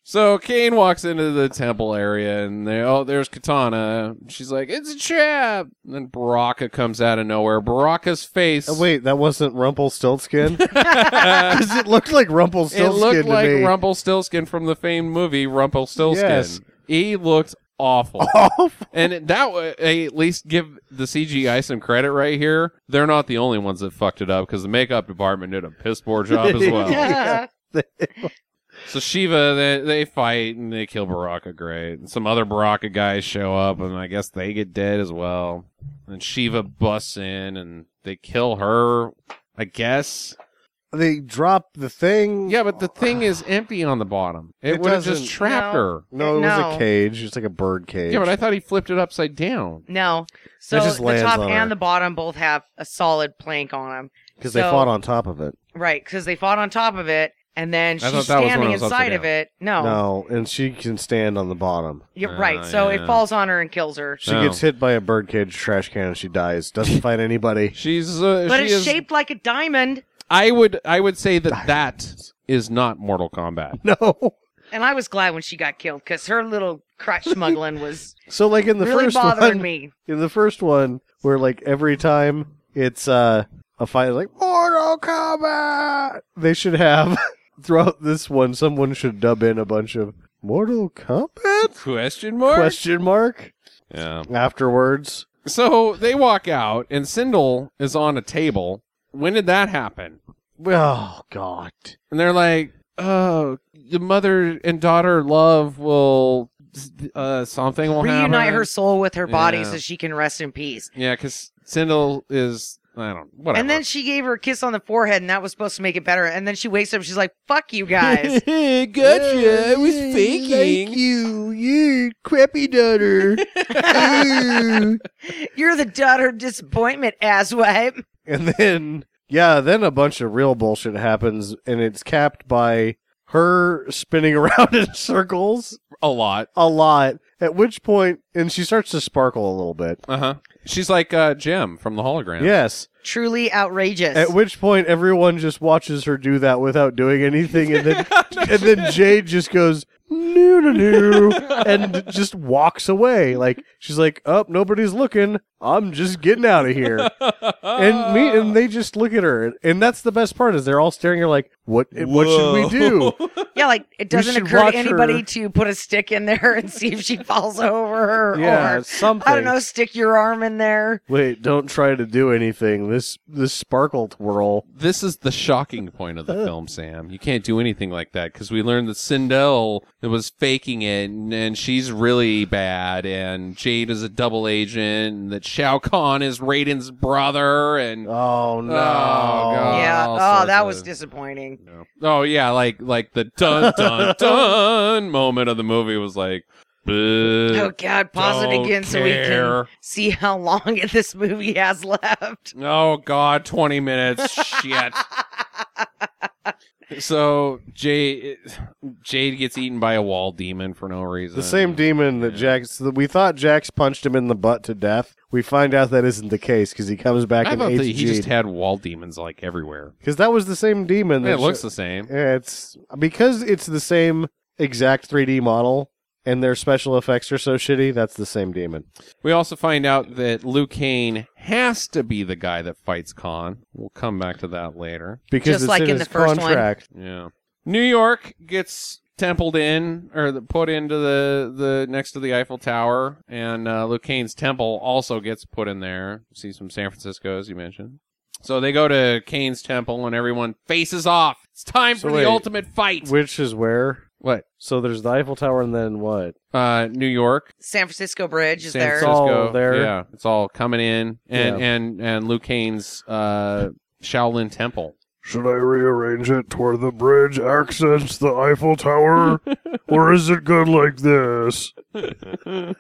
Speaker 1: So Kane walks into the temple area, and they, oh, there's Katana. She's like, "It's a trap." And then Baraka comes out of nowhere. Baraka's face.
Speaker 5: Oh, wait, that wasn't Rumpelstiltskin
Speaker 1: it
Speaker 5: because it looked like Rumpelstiltskin
Speaker 1: looked
Speaker 5: to
Speaker 1: like
Speaker 5: me.
Speaker 1: Rumpelstiltskin from the famed movie Rumpelstiltskin.
Speaker 5: Yes.
Speaker 1: He looked awful,
Speaker 5: Awful.
Speaker 1: and that wa- hey, at least give the CGI some credit right here. They're not the only ones that fucked it up because the makeup department did a piss poor job as well.
Speaker 3: Yeah.
Speaker 1: So Shiva, they, they fight and they kill Baraka. Great. And some other Baraka guys show up, and I guess they get dead as well. And Shiva busts in, and they kill her. I guess.
Speaker 5: they dropped the thing.
Speaker 1: Yeah, but the thing is empty on the bottom. It,
Speaker 5: It
Speaker 1: would have just
Speaker 5: doesn't-
Speaker 1: trapped
Speaker 3: No.
Speaker 1: her.
Speaker 5: No, it was
Speaker 3: No.
Speaker 5: a cage. It's like a bird cage.
Speaker 1: Yeah, but I thought he flipped it upside down.
Speaker 3: No. So
Speaker 5: just
Speaker 3: the
Speaker 5: lands
Speaker 3: top
Speaker 5: on
Speaker 3: and
Speaker 5: her.
Speaker 3: the bottom both have a solid plank on them.
Speaker 5: because they
Speaker 3: so-
Speaker 5: fought on top of it.
Speaker 3: Right, because they fought on top of it, and then
Speaker 1: I
Speaker 3: she's
Speaker 1: thought that was when
Speaker 3: standing
Speaker 1: it was upside
Speaker 3: inside of
Speaker 1: down.
Speaker 3: it. No,
Speaker 5: No, and she can stand on the bottom.
Speaker 3: You're
Speaker 1: Ah,
Speaker 3: right. So
Speaker 1: yeah.
Speaker 3: it falls on her and kills her.
Speaker 5: She
Speaker 1: No.
Speaker 5: gets hit by a birdcage trash can and she dies. Doesn't fight anybody.
Speaker 1: She's. Uh,
Speaker 3: But
Speaker 1: she
Speaker 3: it's
Speaker 1: is,
Speaker 3: shaped like a diamond,
Speaker 1: I would. I would say that that is not Mortal Kombat.
Speaker 5: No.
Speaker 3: and I was glad when she got killed because her little crotch smuggling was
Speaker 5: So like in the
Speaker 3: really
Speaker 5: first
Speaker 3: bothering
Speaker 5: one,
Speaker 3: me.
Speaker 5: in the first one, where like every time it's uh, a fight like Mortal Kombat, they should have throughout this one someone should dub in a bunch of Mortal Kombat
Speaker 1: Question mark.
Speaker 5: question mark
Speaker 1: Yeah.
Speaker 5: afterwards.
Speaker 1: So they walk out, and Sindel is on a table. When did that happen?
Speaker 5: Oh God.
Speaker 1: And they're like, "Oh, the mother and daughter love will uh, something will
Speaker 3: Reunite
Speaker 1: happen."
Speaker 3: her soul with her body
Speaker 1: Yeah.
Speaker 3: so she can rest in peace.
Speaker 1: Yeah, because Sindel is I don't whatever.
Speaker 3: And then she gave her a kiss on the forehead, and that was supposed to make it better. And then she wakes up. She's like, "Fuck you guys."
Speaker 1: gotcha. I was faking.
Speaker 5: you, you crappy daughter. and
Speaker 3: You're the daughter of disappointment, asswipe.
Speaker 5: then, yeah, then a bunch of real bullshit happens, and it's capped by her spinning around in circles
Speaker 1: a lot.
Speaker 5: a lot. At which point, and she starts to sparkle a little bit.
Speaker 1: Uh huh. She's like uh, Jim from the hologram.
Speaker 5: Yes.
Speaker 3: Truly outrageous.
Speaker 5: At which point, everyone just watches her do that without doing anything, and then and then Jade just goes no no no and just walks away. Like she's like, "Up, nobody's looking. I'm just getting out of here." And me and they just look at her, and that's the best part is they're all staring at her like, "What? What should we do?"
Speaker 3: Yeah, like it doesn't
Speaker 5: should
Speaker 3: occur
Speaker 5: watch
Speaker 3: to anybody
Speaker 5: her.
Speaker 3: to put a stick in there and see if she falls over. Or,
Speaker 5: yeah,
Speaker 3: or,
Speaker 5: something.
Speaker 3: I don't know, stick your arm in there.
Speaker 5: Wait, don't try to do anything. This this sparkle twirl.
Speaker 1: This is the shocking point of the film, Sam. You can't do anything like that because we learned that Sindel was faking it and, and she's really bad, and Jade is a double agent, and that Shao Kahn is Raiden's brother, and
Speaker 5: Oh no!
Speaker 1: God.
Speaker 3: yeah.
Speaker 1: all
Speaker 3: Oh,
Speaker 1: sorts
Speaker 3: that
Speaker 1: of-
Speaker 3: was disappointing.
Speaker 1: oh yeah, like like the dun dun dun moment of the movie was like,
Speaker 3: Oh
Speaker 1: oh,
Speaker 3: God, pause it again so we can see how long this movie has left.
Speaker 1: Oh God, twenty minutes. Shit. So Jade, Jade gets eaten by a wall demon for no reason.
Speaker 5: The same demon that Jax. That we thought Jax punched him in the butt to death. We find out that isn't the case because he comes back
Speaker 1: I
Speaker 5: and
Speaker 1: thought that
Speaker 5: hates
Speaker 1: he just
Speaker 5: Jade.
Speaker 1: had wall demons like everywhere.
Speaker 5: Because that was the same demon. That
Speaker 1: it looks
Speaker 5: sho-
Speaker 1: the same.
Speaker 5: Yeah, it's because it's the same exact 3D model, and their special effects are so shitty. That's the same demon.
Speaker 1: We also find out that Luke Kane has to be the guy that fights Khan. We'll come back to that later.
Speaker 5: Because
Speaker 3: Just
Speaker 5: it's
Speaker 3: like
Speaker 5: in,
Speaker 3: in
Speaker 5: his
Speaker 3: the first one.
Speaker 5: contract.
Speaker 1: Yeah. New York gets templed in or the, put into the, the next to the Eiffel Tower, and uh, Luke Kane's temple also gets put in there. See some San Francisco, as you mentioned. So they go to Kane's temple, and everyone faces off. It's time
Speaker 5: So
Speaker 1: for
Speaker 5: wait.
Speaker 1: the ultimate fight.
Speaker 5: Which is where?
Speaker 1: what?
Speaker 5: So there's the Eiffel Tower and then what?
Speaker 1: Uh, New York,
Speaker 3: San Francisco Bridge is
Speaker 1: San
Speaker 3: there.
Speaker 5: Francisco.
Speaker 1: Francisco.
Speaker 5: all there.
Speaker 1: Yeah, it's all coming in, and
Speaker 5: Yeah.
Speaker 1: and and Luke Kane's uh, Shaolin Temple.
Speaker 6: Should I rearrange it to where the bridge accents the Eiffel Tower? or is it good like this?
Speaker 3: You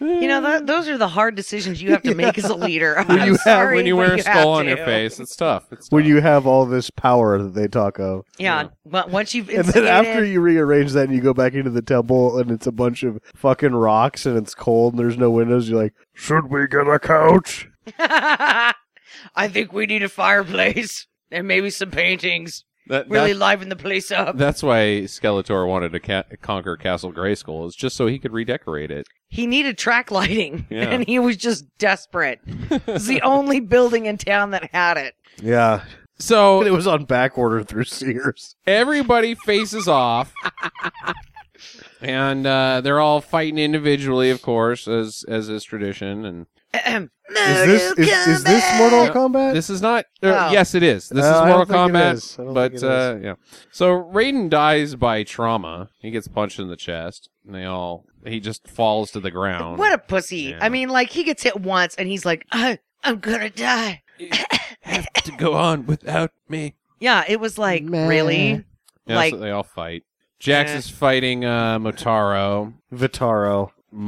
Speaker 3: know, that, those are the hard decisions you have to make as a leader.
Speaker 5: When you
Speaker 3: I'm
Speaker 5: have-
Speaker 3: sorry,
Speaker 1: when you
Speaker 3: but
Speaker 1: wear a
Speaker 3: have
Speaker 1: skull on
Speaker 3: to.
Speaker 1: your face, it's tough. It's
Speaker 5: When
Speaker 1: tough.
Speaker 5: you have all this power that they talk of.
Speaker 3: Yeah, but once you've
Speaker 5: And then after you rearrange that and you go back into the temple and it's a bunch of fucking rocks and it's cold and there's no windows, you're like,
Speaker 6: Should we get a couch?
Speaker 3: I think we need a fireplace and maybe some paintings.
Speaker 1: That-
Speaker 3: Really
Speaker 1: that-
Speaker 3: liven the place up.
Speaker 1: that's why Skeletor wanted to ca- conquer Castle Grayskull is just so he could redecorate it.
Speaker 3: He needed track lighting,
Speaker 1: Yeah.
Speaker 3: and he was just desperate. It's the only building in town that had it.
Speaker 5: yeah. And it
Speaker 1: So
Speaker 5: was on back order through Sears.
Speaker 1: everybody faces off, and uh, they're all fighting individually, of course, as as is tradition. And
Speaker 3: Ahem.
Speaker 5: Is this, is, is this Mortal Kombat?
Speaker 1: this is not. uh,
Speaker 3: Wow.
Speaker 1: Yes, it is. This
Speaker 5: Uh,
Speaker 1: is
Speaker 5: I
Speaker 1: Mortal
Speaker 5: don't think it
Speaker 1: Kombat,
Speaker 5: is. I don't
Speaker 1: but
Speaker 5: think it is.
Speaker 1: uh, yeah. So Raiden dies by trauma. He gets punched in the chest, and they all he just falls to the ground.
Speaker 3: What a pussy!
Speaker 1: Yeah.
Speaker 3: I mean, like he gets hit once, and he's like, I, "I'm gonna die."
Speaker 1: have to go on without me.
Speaker 3: Yeah, it was like
Speaker 5: Meh.
Speaker 3: really.
Speaker 1: Yeah,
Speaker 3: Like-
Speaker 1: so they all fight. Jax
Speaker 3: Yeah.
Speaker 1: is fighting uh, Motaro.
Speaker 5: Vitaro.
Speaker 1: Motaro.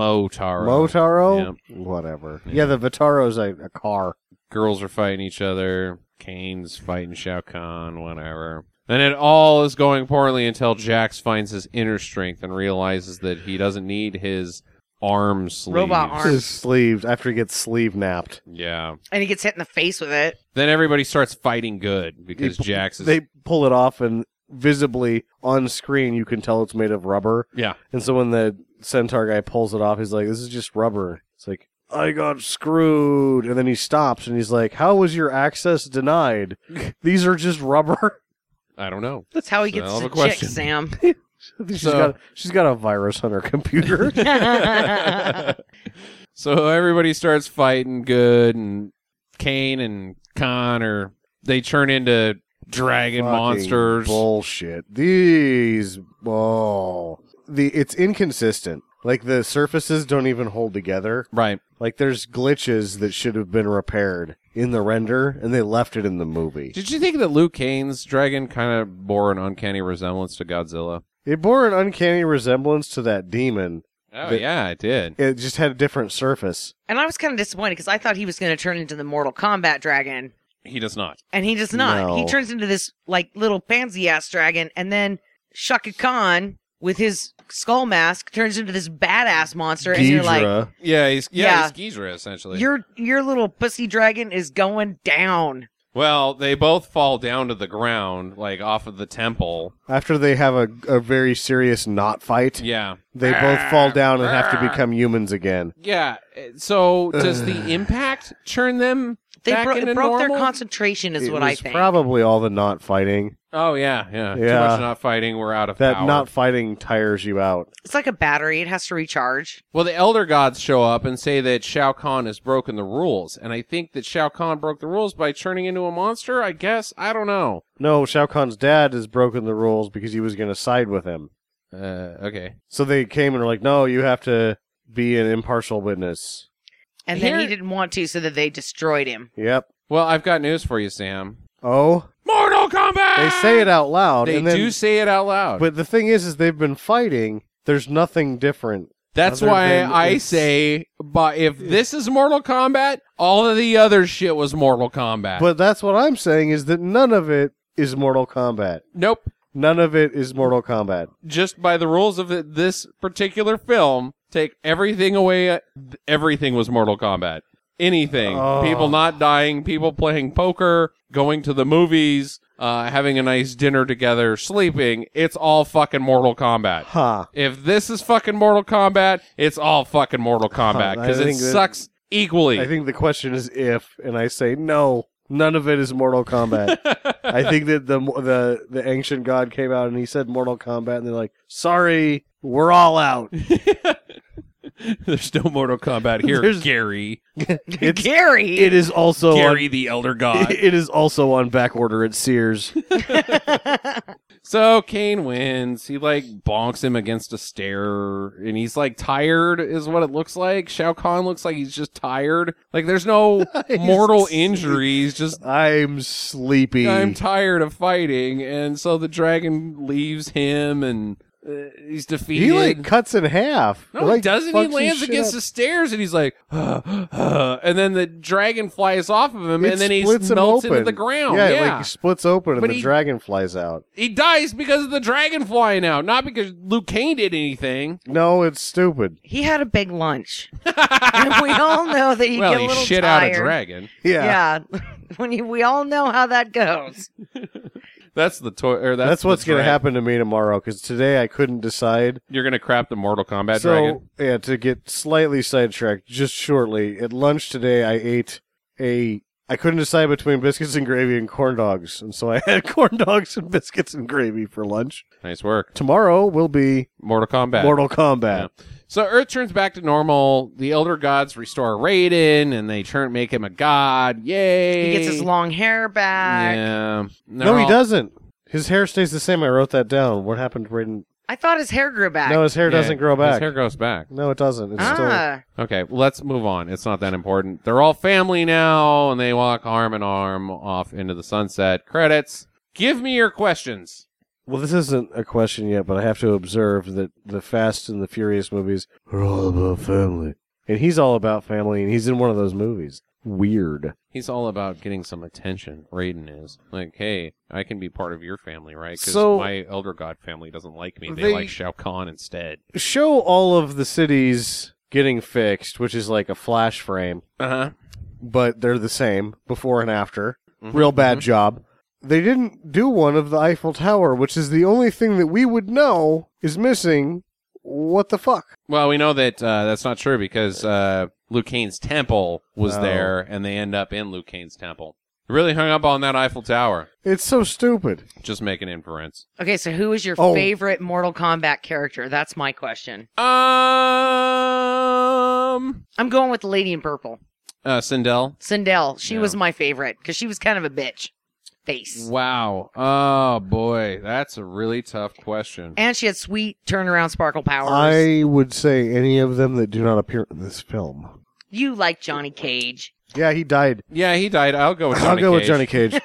Speaker 5: Motaro? Whatever.
Speaker 1: Yeah.
Speaker 5: Yeah, the Vitaro's a, a car.
Speaker 1: Girls are fighting each other. Kane's fighting Shao Kahn, whatever. And it all is going poorly until Jax finds his inner strength and realizes that he doesn't need his arm sleeves.
Speaker 3: Robot Arms.
Speaker 5: His sleeves, after he gets sleeve napped.
Speaker 1: Yeah.
Speaker 3: And he gets hit in the face with it.
Speaker 1: Then everybody starts fighting good because
Speaker 5: They-
Speaker 1: Jax is.
Speaker 5: They pull it off and visibly on screen you can tell it's made of rubber.
Speaker 1: yeah.
Speaker 5: And so when the centaur guy pulls it off, he's like, "This is just rubber." It's like, "I got screwed," and then he stops and he's like, "How was your access denied? These are just rubber."
Speaker 1: I don't know.
Speaker 3: That's how he
Speaker 1: So I
Speaker 3: gets
Speaker 1: have a
Speaker 3: the chick,
Speaker 1: question.
Speaker 3: Sam.
Speaker 5: She's
Speaker 1: So-
Speaker 5: got she's got a virus on her computer.
Speaker 1: so everybody starts fighting good, and Kane and Khan are they turn into dragon
Speaker 5: Fucking
Speaker 1: monsters.
Speaker 5: Bullshit. These oh the it's inconsistent. Like the surfaces don't even hold together.
Speaker 1: Right.
Speaker 5: Like there's glitches that should have been repaired in the render and they left it in the movie.
Speaker 1: Did you think that Luke Kane's dragon kind of bore an uncanny resemblance to Godzilla?
Speaker 5: It bore an uncanny resemblance to that demon.
Speaker 1: Oh
Speaker 5: The-
Speaker 1: yeah, it did.
Speaker 5: It just had a different surface.
Speaker 3: and I was kind of disappointed because I thought he was going to turn into the Mortal Kombat dragon,
Speaker 1: He does not.
Speaker 3: and he does not. He
Speaker 5: No.
Speaker 3: turns into this like little pansy ass dragon, and then Shaka Khan with his skull mask turns into this badass monster, and you're like,
Speaker 5: Ghidra.
Speaker 1: Yeah, he's yeah,
Speaker 3: Yeah.
Speaker 1: he's Ghidra essentially.
Speaker 3: your your little pussy dragon is going down.
Speaker 1: well, they both fall down to the ground, like off of the temple.
Speaker 5: after they have a, a very serious knot fight,
Speaker 1: Yeah,
Speaker 5: they both fall down and have to become humans again.
Speaker 1: yeah. uh, So does the impact turn them?
Speaker 3: They
Speaker 1: Back
Speaker 3: bro- it
Speaker 1: into
Speaker 3: broke their
Speaker 1: normal?
Speaker 3: concentration, is
Speaker 5: it
Speaker 3: what
Speaker 5: was
Speaker 3: I think.
Speaker 5: probably all the knot fighting.
Speaker 1: Oh yeah, yeah. Too
Speaker 5: Yeah.
Speaker 1: much not fighting. We're out of
Speaker 5: That
Speaker 1: power.
Speaker 5: knot fighting tires you out.
Speaker 3: it's like a battery; it has to recharge.
Speaker 1: Well, the elder gods show up and say that Shao Kahn has broken the rules, and I think that Shao Kahn broke the rules by turning into a monster. I guess I don't know.
Speaker 5: No, Shao Kahn's dad has broken the rules because he was going to side with him.
Speaker 1: Uh, okay.
Speaker 5: So they came and were like, "No, you have to be an impartial witness."
Speaker 3: And then he
Speaker 1: Here-
Speaker 3: didn't want to, so that they destroyed him.
Speaker 5: Yep.
Speaker 1: Well, I've got news for you, Sam.
Speaker 5: Oh,
Speaker 1: Mortal Kombat.
Speaker 5: they say it out loud.
Speaker 1: They
Speaker 5: and then,
Speaker 1: do say it out loud.
Speaker 5: But the thing is, is they've been fighting. There's nothing different.
Speaker 1: That's
Speaker 5: other
Speaker 1: why
Speaker 5: than
Speaker 1: I
Speaker 5: it's-
Speaker 1: say, but if this is Mortal Kombat, all of the other shit was Mortal Kombat.
Speaker 5: But that's what I'm saying is that none of it is Mortal Kombat.
Speaker 1: nope.
Speaker 5: None of it is Mortal Kombat.
Speaker 1: Just by the rules of it- this particular film, take everything away. uh, th- Everything was Mortal Kombat. Anything.
Speaker 5: Oh.
Speaker 1: People not dying, people playing poker, going to the movies, uh, having a nice dinner together, sleeping. It's all fucking Mortal Kombat.
Speaker 5: Ha.
Speaker 1: If this is fucking Mortal Kombat, it's all fucking Mortal Kombat
Speaker 5: Huh, I
Speaker 1: because it
Speaker 5: think that-
Speaker 1: sucks equally.
Speaker 5: I think the question is if, and I say no. None of it is Mortal Kombat. I think that the the the ancient god came out and he said Mortal Kombat, and they're like, "Sorry, we're all out."
Speaker 1: There's no Mortal Kombat here.
Speaker 5: There's-
Speaker 1: Gary,
Speaker 5: It's,
Speaker 3: Gary.
Speaker 5: it is also
Speaker 1: Gary the Elder
Speaker 5: on,
Speaker 1: God.
Speaker 5: it is also on back order at Sears.
Speaker 1: so Kane wins. He like bonks him against a stair, and he's like tired, is what it looks like. Shao Kahn looks like he's just tired. Like there's no
Speaker 5: He's
Speaker 1: mortal
Speaker 5: sleep-
Speaker 1: injuries. Just
Speaker 5: I'm sleepy.
Speaker 1: I'm tired of fighting, and so the dragon leaves him, and uh, he's defeated.
Speaker 5: he like cuts in half.
Speaker 1: no,
Speaker 5: like,
Speaker 1: he doesn't. He
Speaker 5: fucks his
Speaker 1: lands
Speaker 5: shit
Speaker 1: against
Speaker 5: up.
Speaker 1: the stairs, and he's like, and then the dragon flies off of him,
Speaker 5: It
Speaker 1: and then he
Speaker 5: splits him
Speaker 1: melts into
Speaker 5: open.
Speaker 1: the ground.
Speaker 5: Yeah,
Speaker 1: Yeah,
Speaker 5: it, like splits open and
Speaker 1: But
Speaker 5: the
Speaker 1: he-
Speaker 5: dragon flies out.
Speaker 1: he dies because of the dragon flying out, not because Luke Kane did anything.
Speaker 5: No, it's stupid.
Speaker 3: he had a big lunch. and we all know that you
Speaker 1: well,
Speaker 3: get a
Speaker 1: he
Speaker 3: little
Speaker 1: shit
Speaker 3: tired.
Speaker 1: out a dragon.
Speaker 5: Yeah.
Speaker 3: Yeah. when you, we all know how that goes.
Speaker 1: That's the toy. Or that's,
Speaker 5: That's, what's
Speaker 1: going
Speaker 5: going to happen to me tomorrow because today I couldn't decide.
Speaker 1: You're going to crap the Mortal Kombat
Speaker 5: so,
Speaker 1: dragon.
Speaker 5: yeah, to get slightly sidetracked just shortly, at lunch today I ate a. I couldn't decide between biscuits and gravy and corn dogs. And so I had corn dogs and biscuits and gravy for lunch.
Speaker 1: Nice work,
Speaker 5: Tomorrow will be
Speaker 1: Mortal Kombat.
Speaker 5: Mortal Kombat.
Speaker 1: So Earth turns back to normal. The Elder Gods restore Raiden, and they turn make him a god. Yay!
Speaker 3: He gets his long hair back.
Speaker 1: Yeah.
Speaker 5: No, he doesn't. His hair stays the same. I wrote that down. What happened to Raiden?
Speaker 3: I thought his hair grew back.
Speaker 5: No, his hair doesn't grow back.
Speaker 1: His hair grows back.
Speaker 5: No, it doesn't. It's still.
Speaker 3: ah,
Speaker 1: Okay, let's move on. It's not that important. They're all family now, and they walk arm in arm off into the sunset. Credits. Give me your questions.
Speaker 5: Well, this isn't a question yet, but I have to observe that the Fast and the Furious movies are all about family, and he's all about family, and he's in one of those movies. Weird.
Speaker 1: He's all about getting some attention. Raiden is like, hey, I can be part of your family, right? Because
Speaker 5: So-
Speaker 1: my Elder God family doesn't like me. They,
Speaker 5: They-
Speaker 1: like Shao Kahn instead.
Speaker 5: Show all of the cities getting fixed, which is like a flash frame,
Speaker 1: Uh huh.
Speaker 5: but they're the same before and after.
Speaker 1: Mhm,
Speaker 5: Real bad job. They didn't do one of the Eiffel Tower, which is the only thing that we would know is missing. What the fuck?
Speaker 1: Well, we know that uh, that's not true because uh, Luke Kane's temple was
Speaker 5: Oh.
Speaker 1: there, and they end up in Luke Kane's temple. Really hung up on that Eiffel Tower.
Speaker 5: It's so stupid.
Speaker 1: Just make an inference.
Speaker 3: okay, so who is your
Speaker 5: Oh.
Speaker 3: favorite Mortal Kombat character? That's my question.
Speaker 1: Um,
Speaker 3: I'm going with the lady in purple.
Speaker 1: uh, Sindel.
Speaker 3: Sindel. She
Speaker 1: Yeah.
Speaker 3: was my favorite because she was kind of a bitch. Face.
Speaker 1: Wow. Oh boy, that's a really tough question.
Speaker 3: And she had sweet turnaround sparkle powers.
Speaker 5: I would say any of them that do not appear in this film.
Speaker 3: You like Johnny Cage.
Speaker 5: Yeah, he died.
Speaker 1: Yeah, he died. I'll go with Johnny
Speaker 5: I'll go with
Speaker 1: Cage.
Speaker 5: Johnny Cage.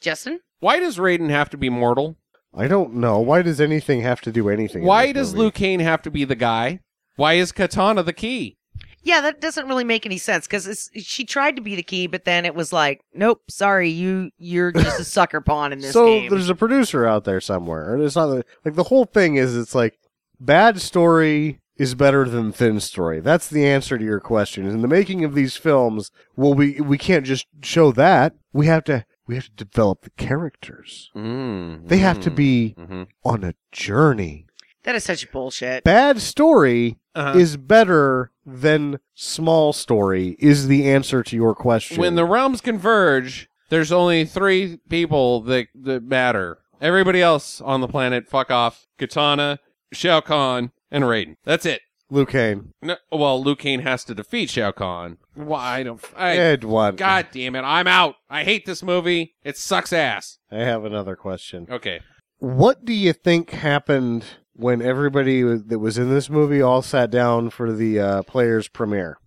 Speaker 3: Justin?
Speaker 1: Why does Raiden have to be mortal?
Speaker 5: I don't know. Why does anything have to do anything? in
Speaker 1: Why
Speaker 5: this
Speaker 1: does
Speaker 5: movie?
Speaker 1: Luke Kane have to be the guy? Why is Katana the key?
Speaker 3: Yeah, that doesn't really make any sense because she tried to be the key, but then it was like, nope, sorry, you you're just a sucker pawn in this
Speaker 5: So
Speaker 3: game.
Speaker 5: there's a producer out there somewhere, and it's not that- like the whole thing is. It's like bad story is better than thin story. That's the answer to your question. In the making of these films, well, we we can't just show that. We have to we have to develop the characters.
Speaker 1: Mm,
Speaker 5: They have to be
Speaker 1: Mm-hmm.
Speaker 5: on a journey.
Speaker 3: That is such bullshit.
Speaker 5: Bad story
Speaker 1: Uh-huh.
Speaker 5: is better than small story is the answer to your question.
Speaker 1: When the realms converge, there's only three people that that matter. Everybody else on the planet, fuck off. Katana, Shao Kahn, and Raiden. That's it.
Speaker 5: Luke Kane,
Speaker 1: No, well, Luke Kane has to defeat Shao Kahn. Why I don't? I,
Speaker 5: Ed one.
Speaker 1: God damn it! I'm out. I hate this movie. It sucks ass.
Speaker 5: I have another question.
Speaker 1: Okay.
Speaker 5: What do you think happened when everybody was- that was in this movie all sat down for the uh, players premiere?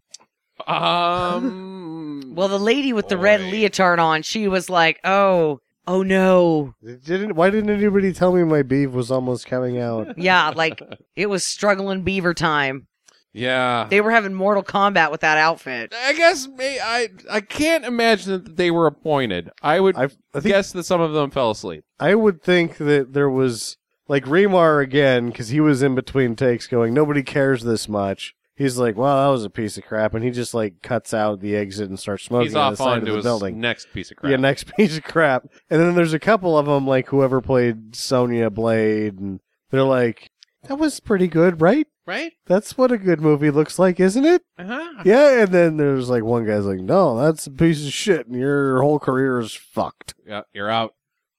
Speaker 1: Um.
Speaker 3: Well, the lady with the red
Speaker 1: Boy.
Speaker 3: leotard on, she was like, oh, oh no.
Speaker 5: It Didn't why didn't anybody tell me my beef was almost coming out?
Speaker 3: Yeah, like it was struggling beaver time.
Speaker 1: yeah.
Speaker 3: They were having Mortal Kombat with that outfit.
Speaker 1: I guess may, I I can't imagine that they were appointed. I would
Speaker 5: I, I think
Speaker 1: guess that some of them fell asleep.
Speaker 5: I would think that there was like Remar again because he was in between takes, going, "Nobody cares this much." He's like, "Well, that was a piece of crap," and he just like cuts out the exit and starts smoking
Speaker 1: He's
Speaker 5: on the
Speaker 1: off
Speaker 5: side
Speaker 1: on
Speaker 5: of
Speaker 1: to
Speaker 5: the
Speaker 1: his
Speaker 5: building.
Speaker 1: next piece of crap.
Speaker 5: Yeah, next piece of crap. And then there's a couple of them, like whoever played Sonya Blade, and they're like, "That was pretty good, right?"
Speaker 1: right?
Speaker 5: That's what a good movie looks like, isn't it?
Speaker 1: Uh-huh.
Speaker 5: Yeah, and then there's like one guy's like, "No, that's a piece of shit, and your whole career is fucked."
Speaker 1: Yeah, you're out.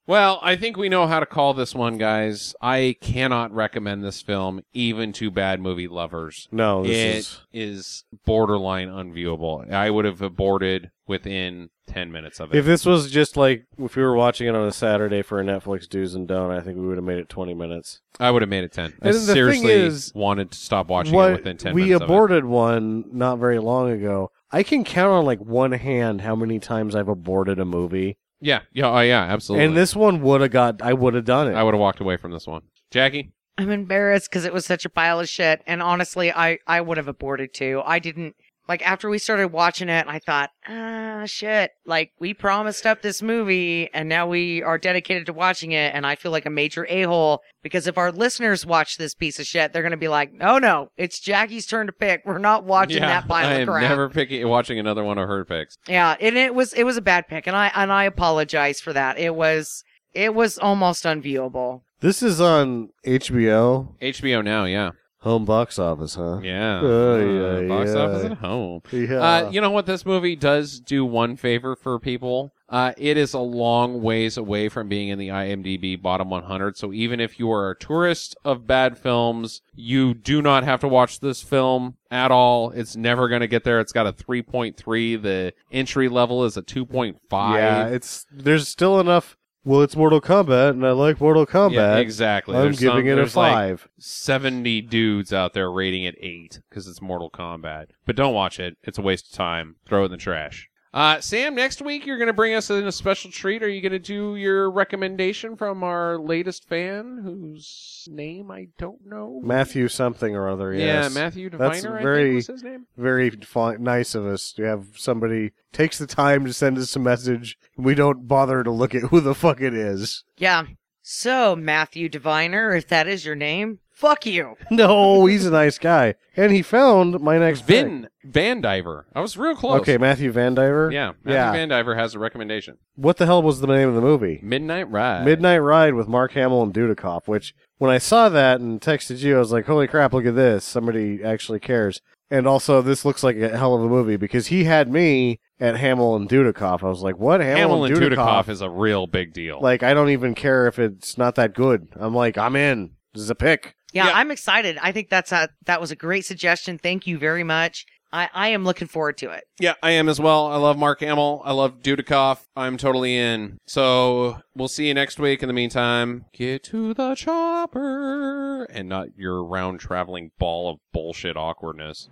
Speaker 1: Well, I think we know how to call this one, guys. I cannot recommend this film even to bad movie lovers.
Speaker 5: No,
Speaker 1: It
Speaker 5: Oh, this is
Speaker 1: is borderline unviewable. I would have aborted within 10 minutes of it.
Speaker 5: If this was just like if we were watching it on a Saturday for a Netflix do's and don't, I think we would have made it twenty minutes.
Speaker 1: I would have made it 10. I
Speaker 5: And the thing
Speaker 1: seriously
Speaker 5: is,
Speaker 1: wanted to stop watching it within 10
Speaker 5: we
Speaker 1: minutes. of it.
Speaker 5: aborted one not very long ago. I can count on like one hand how many times I've aborted a movie,
Speaker 1: Yeah, yeah, oh, yeah, absolutely.
Speaker 5: and this one would have got. I would have done it.
Speaker 1: I would have walked away from this one. Jackie?
Speaker 3: I'm embarrassed because it was such a pile of shit. And honestly, I, I would have aborted too. I didn't like after we started watching it. I thought, ah, shit. Like we promised up this movie, and now we are dedicated to watching it. And I feel like a major a hole because if our listeners watch this piece of shit, they're gonna be like, no, no, it's Jackie's turn to pick. We're not watching
Speaker 1: Yeah,
Speaker 3: that pile
Speaker 1: I
Speaker 3: of
Speaker 1: am
Speaker 3: crap.
Speaker 1: never picking, watching another one of her picks.
Speaker 3: Yeah, and it was it was a bad pick, and I and I apologize for that. It was it was almost unviewable.
Speaker 5: this is on HBO
Speaker 1: HBO Now, yeah.
Speaker 5: home box office, huh?
Speaker 1: Yeah.
Speaker 5: Oh,
Speaker 1: Uh,
Speaker 5: yeah,
Speaker 1: box
Speaker 5: yeah.
Speaker 1: office at home.
Speaker 5: Yeah.
Speaker 1: Uh, you know what? This movie does do one favor for people. Uh, it is a long ways away from being in the IMDb bottom 100. So even if you are a tourist of bad films, you do not have to watch this film at all. It's never going to get there. It's got a 3.3. The entry level is a 2.5.
Speaker 5: yeah, it's there's still enough. Well, it's Mortal Kombat, and I like Mortal Kombat.
Speaker 1: Yeah, exactly.
Speaker 5: I'm
Speaker 1: There's some-
Speaker 5: giving it a
Speaker 1: there's like
Speaker 5: five.
Speaker 1: 70 dudes out there rating it 8 because it's Mortal Kombat. But don't watch it. It's a waste of time. Throw it in the trash. Uh, Sam, next week you're going to bring us in a special treat. Are you going to do your recommendation from our latest fan whose name I don't know?
Speaker 5: Matthew something or other.
Speaker 1: Yeah,
Speaker 5: yes.
Speaker 1: Matthew Deviner,
Speaker 5: That's
Speaker 1: I think
Speaker 5: very-
Speaker 1: was his name.
Speaker 5: very fi- nice of us to have somebody takes the time to send us a message and we don't bother to look at who the fuck it is.
Speaker 3: Yeah. So Matthew Diviner, if that is your name, fuck you.
Speaker 5: No, he's a nice guy. And he found my next pick.
Speaker 1: Vin Van Diver. I was real close.
Speaker 5: Okay, Matthew Van Diver.
Speaker 1: Yeah, Matthew
Speaker 5: Yeah.
Speaker 1: Van Diver has a recommendation.
Speaker 5: What the hell was the name of the movie?
Speaker 1: Midnight Ride.
Speaker 5: Midnight Ride with Mark Hamill and Dudikoff, which when I saw that and texted you, I was like, holy crap, look at this. Somebody actually cares. And also, this looks like a hell of a movie because he had me at Hamill and Dudikoff. I was like, what?
Speaker 1: Hamill
Speaker 5: Hamill,
Speaker 1: and
Speaker 5: Dudikoff
Speaker 1: Dudikoff is a real big deal.
Speaker 5: Like I don't even care if it's not that good. I'm like I'm in. This is a pick.
Speaker 3: Yeah,
Speaker 1: Yeah.
Speaker 3: I'm excited. I think that's a that was a great suggestion. Thank you very much. I I am looking forward to it.
Speaker 1: Yeah, I am as well. I love Mark Hamill. I love Dudikoff. I'm totally in. So we'll see you next week. In the meantime, get to the chopper and not your round traveling ball of bullshit awkwardness.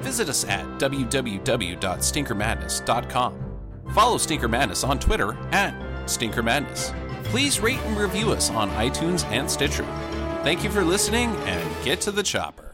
Speaker 2: Visit us at www.stinkermadness.com. Follow Stinker Madness on Twitter at Stinker Madness. Please rate and review us on iTunes and Stitcher. Thank you for listening and get to the chopper.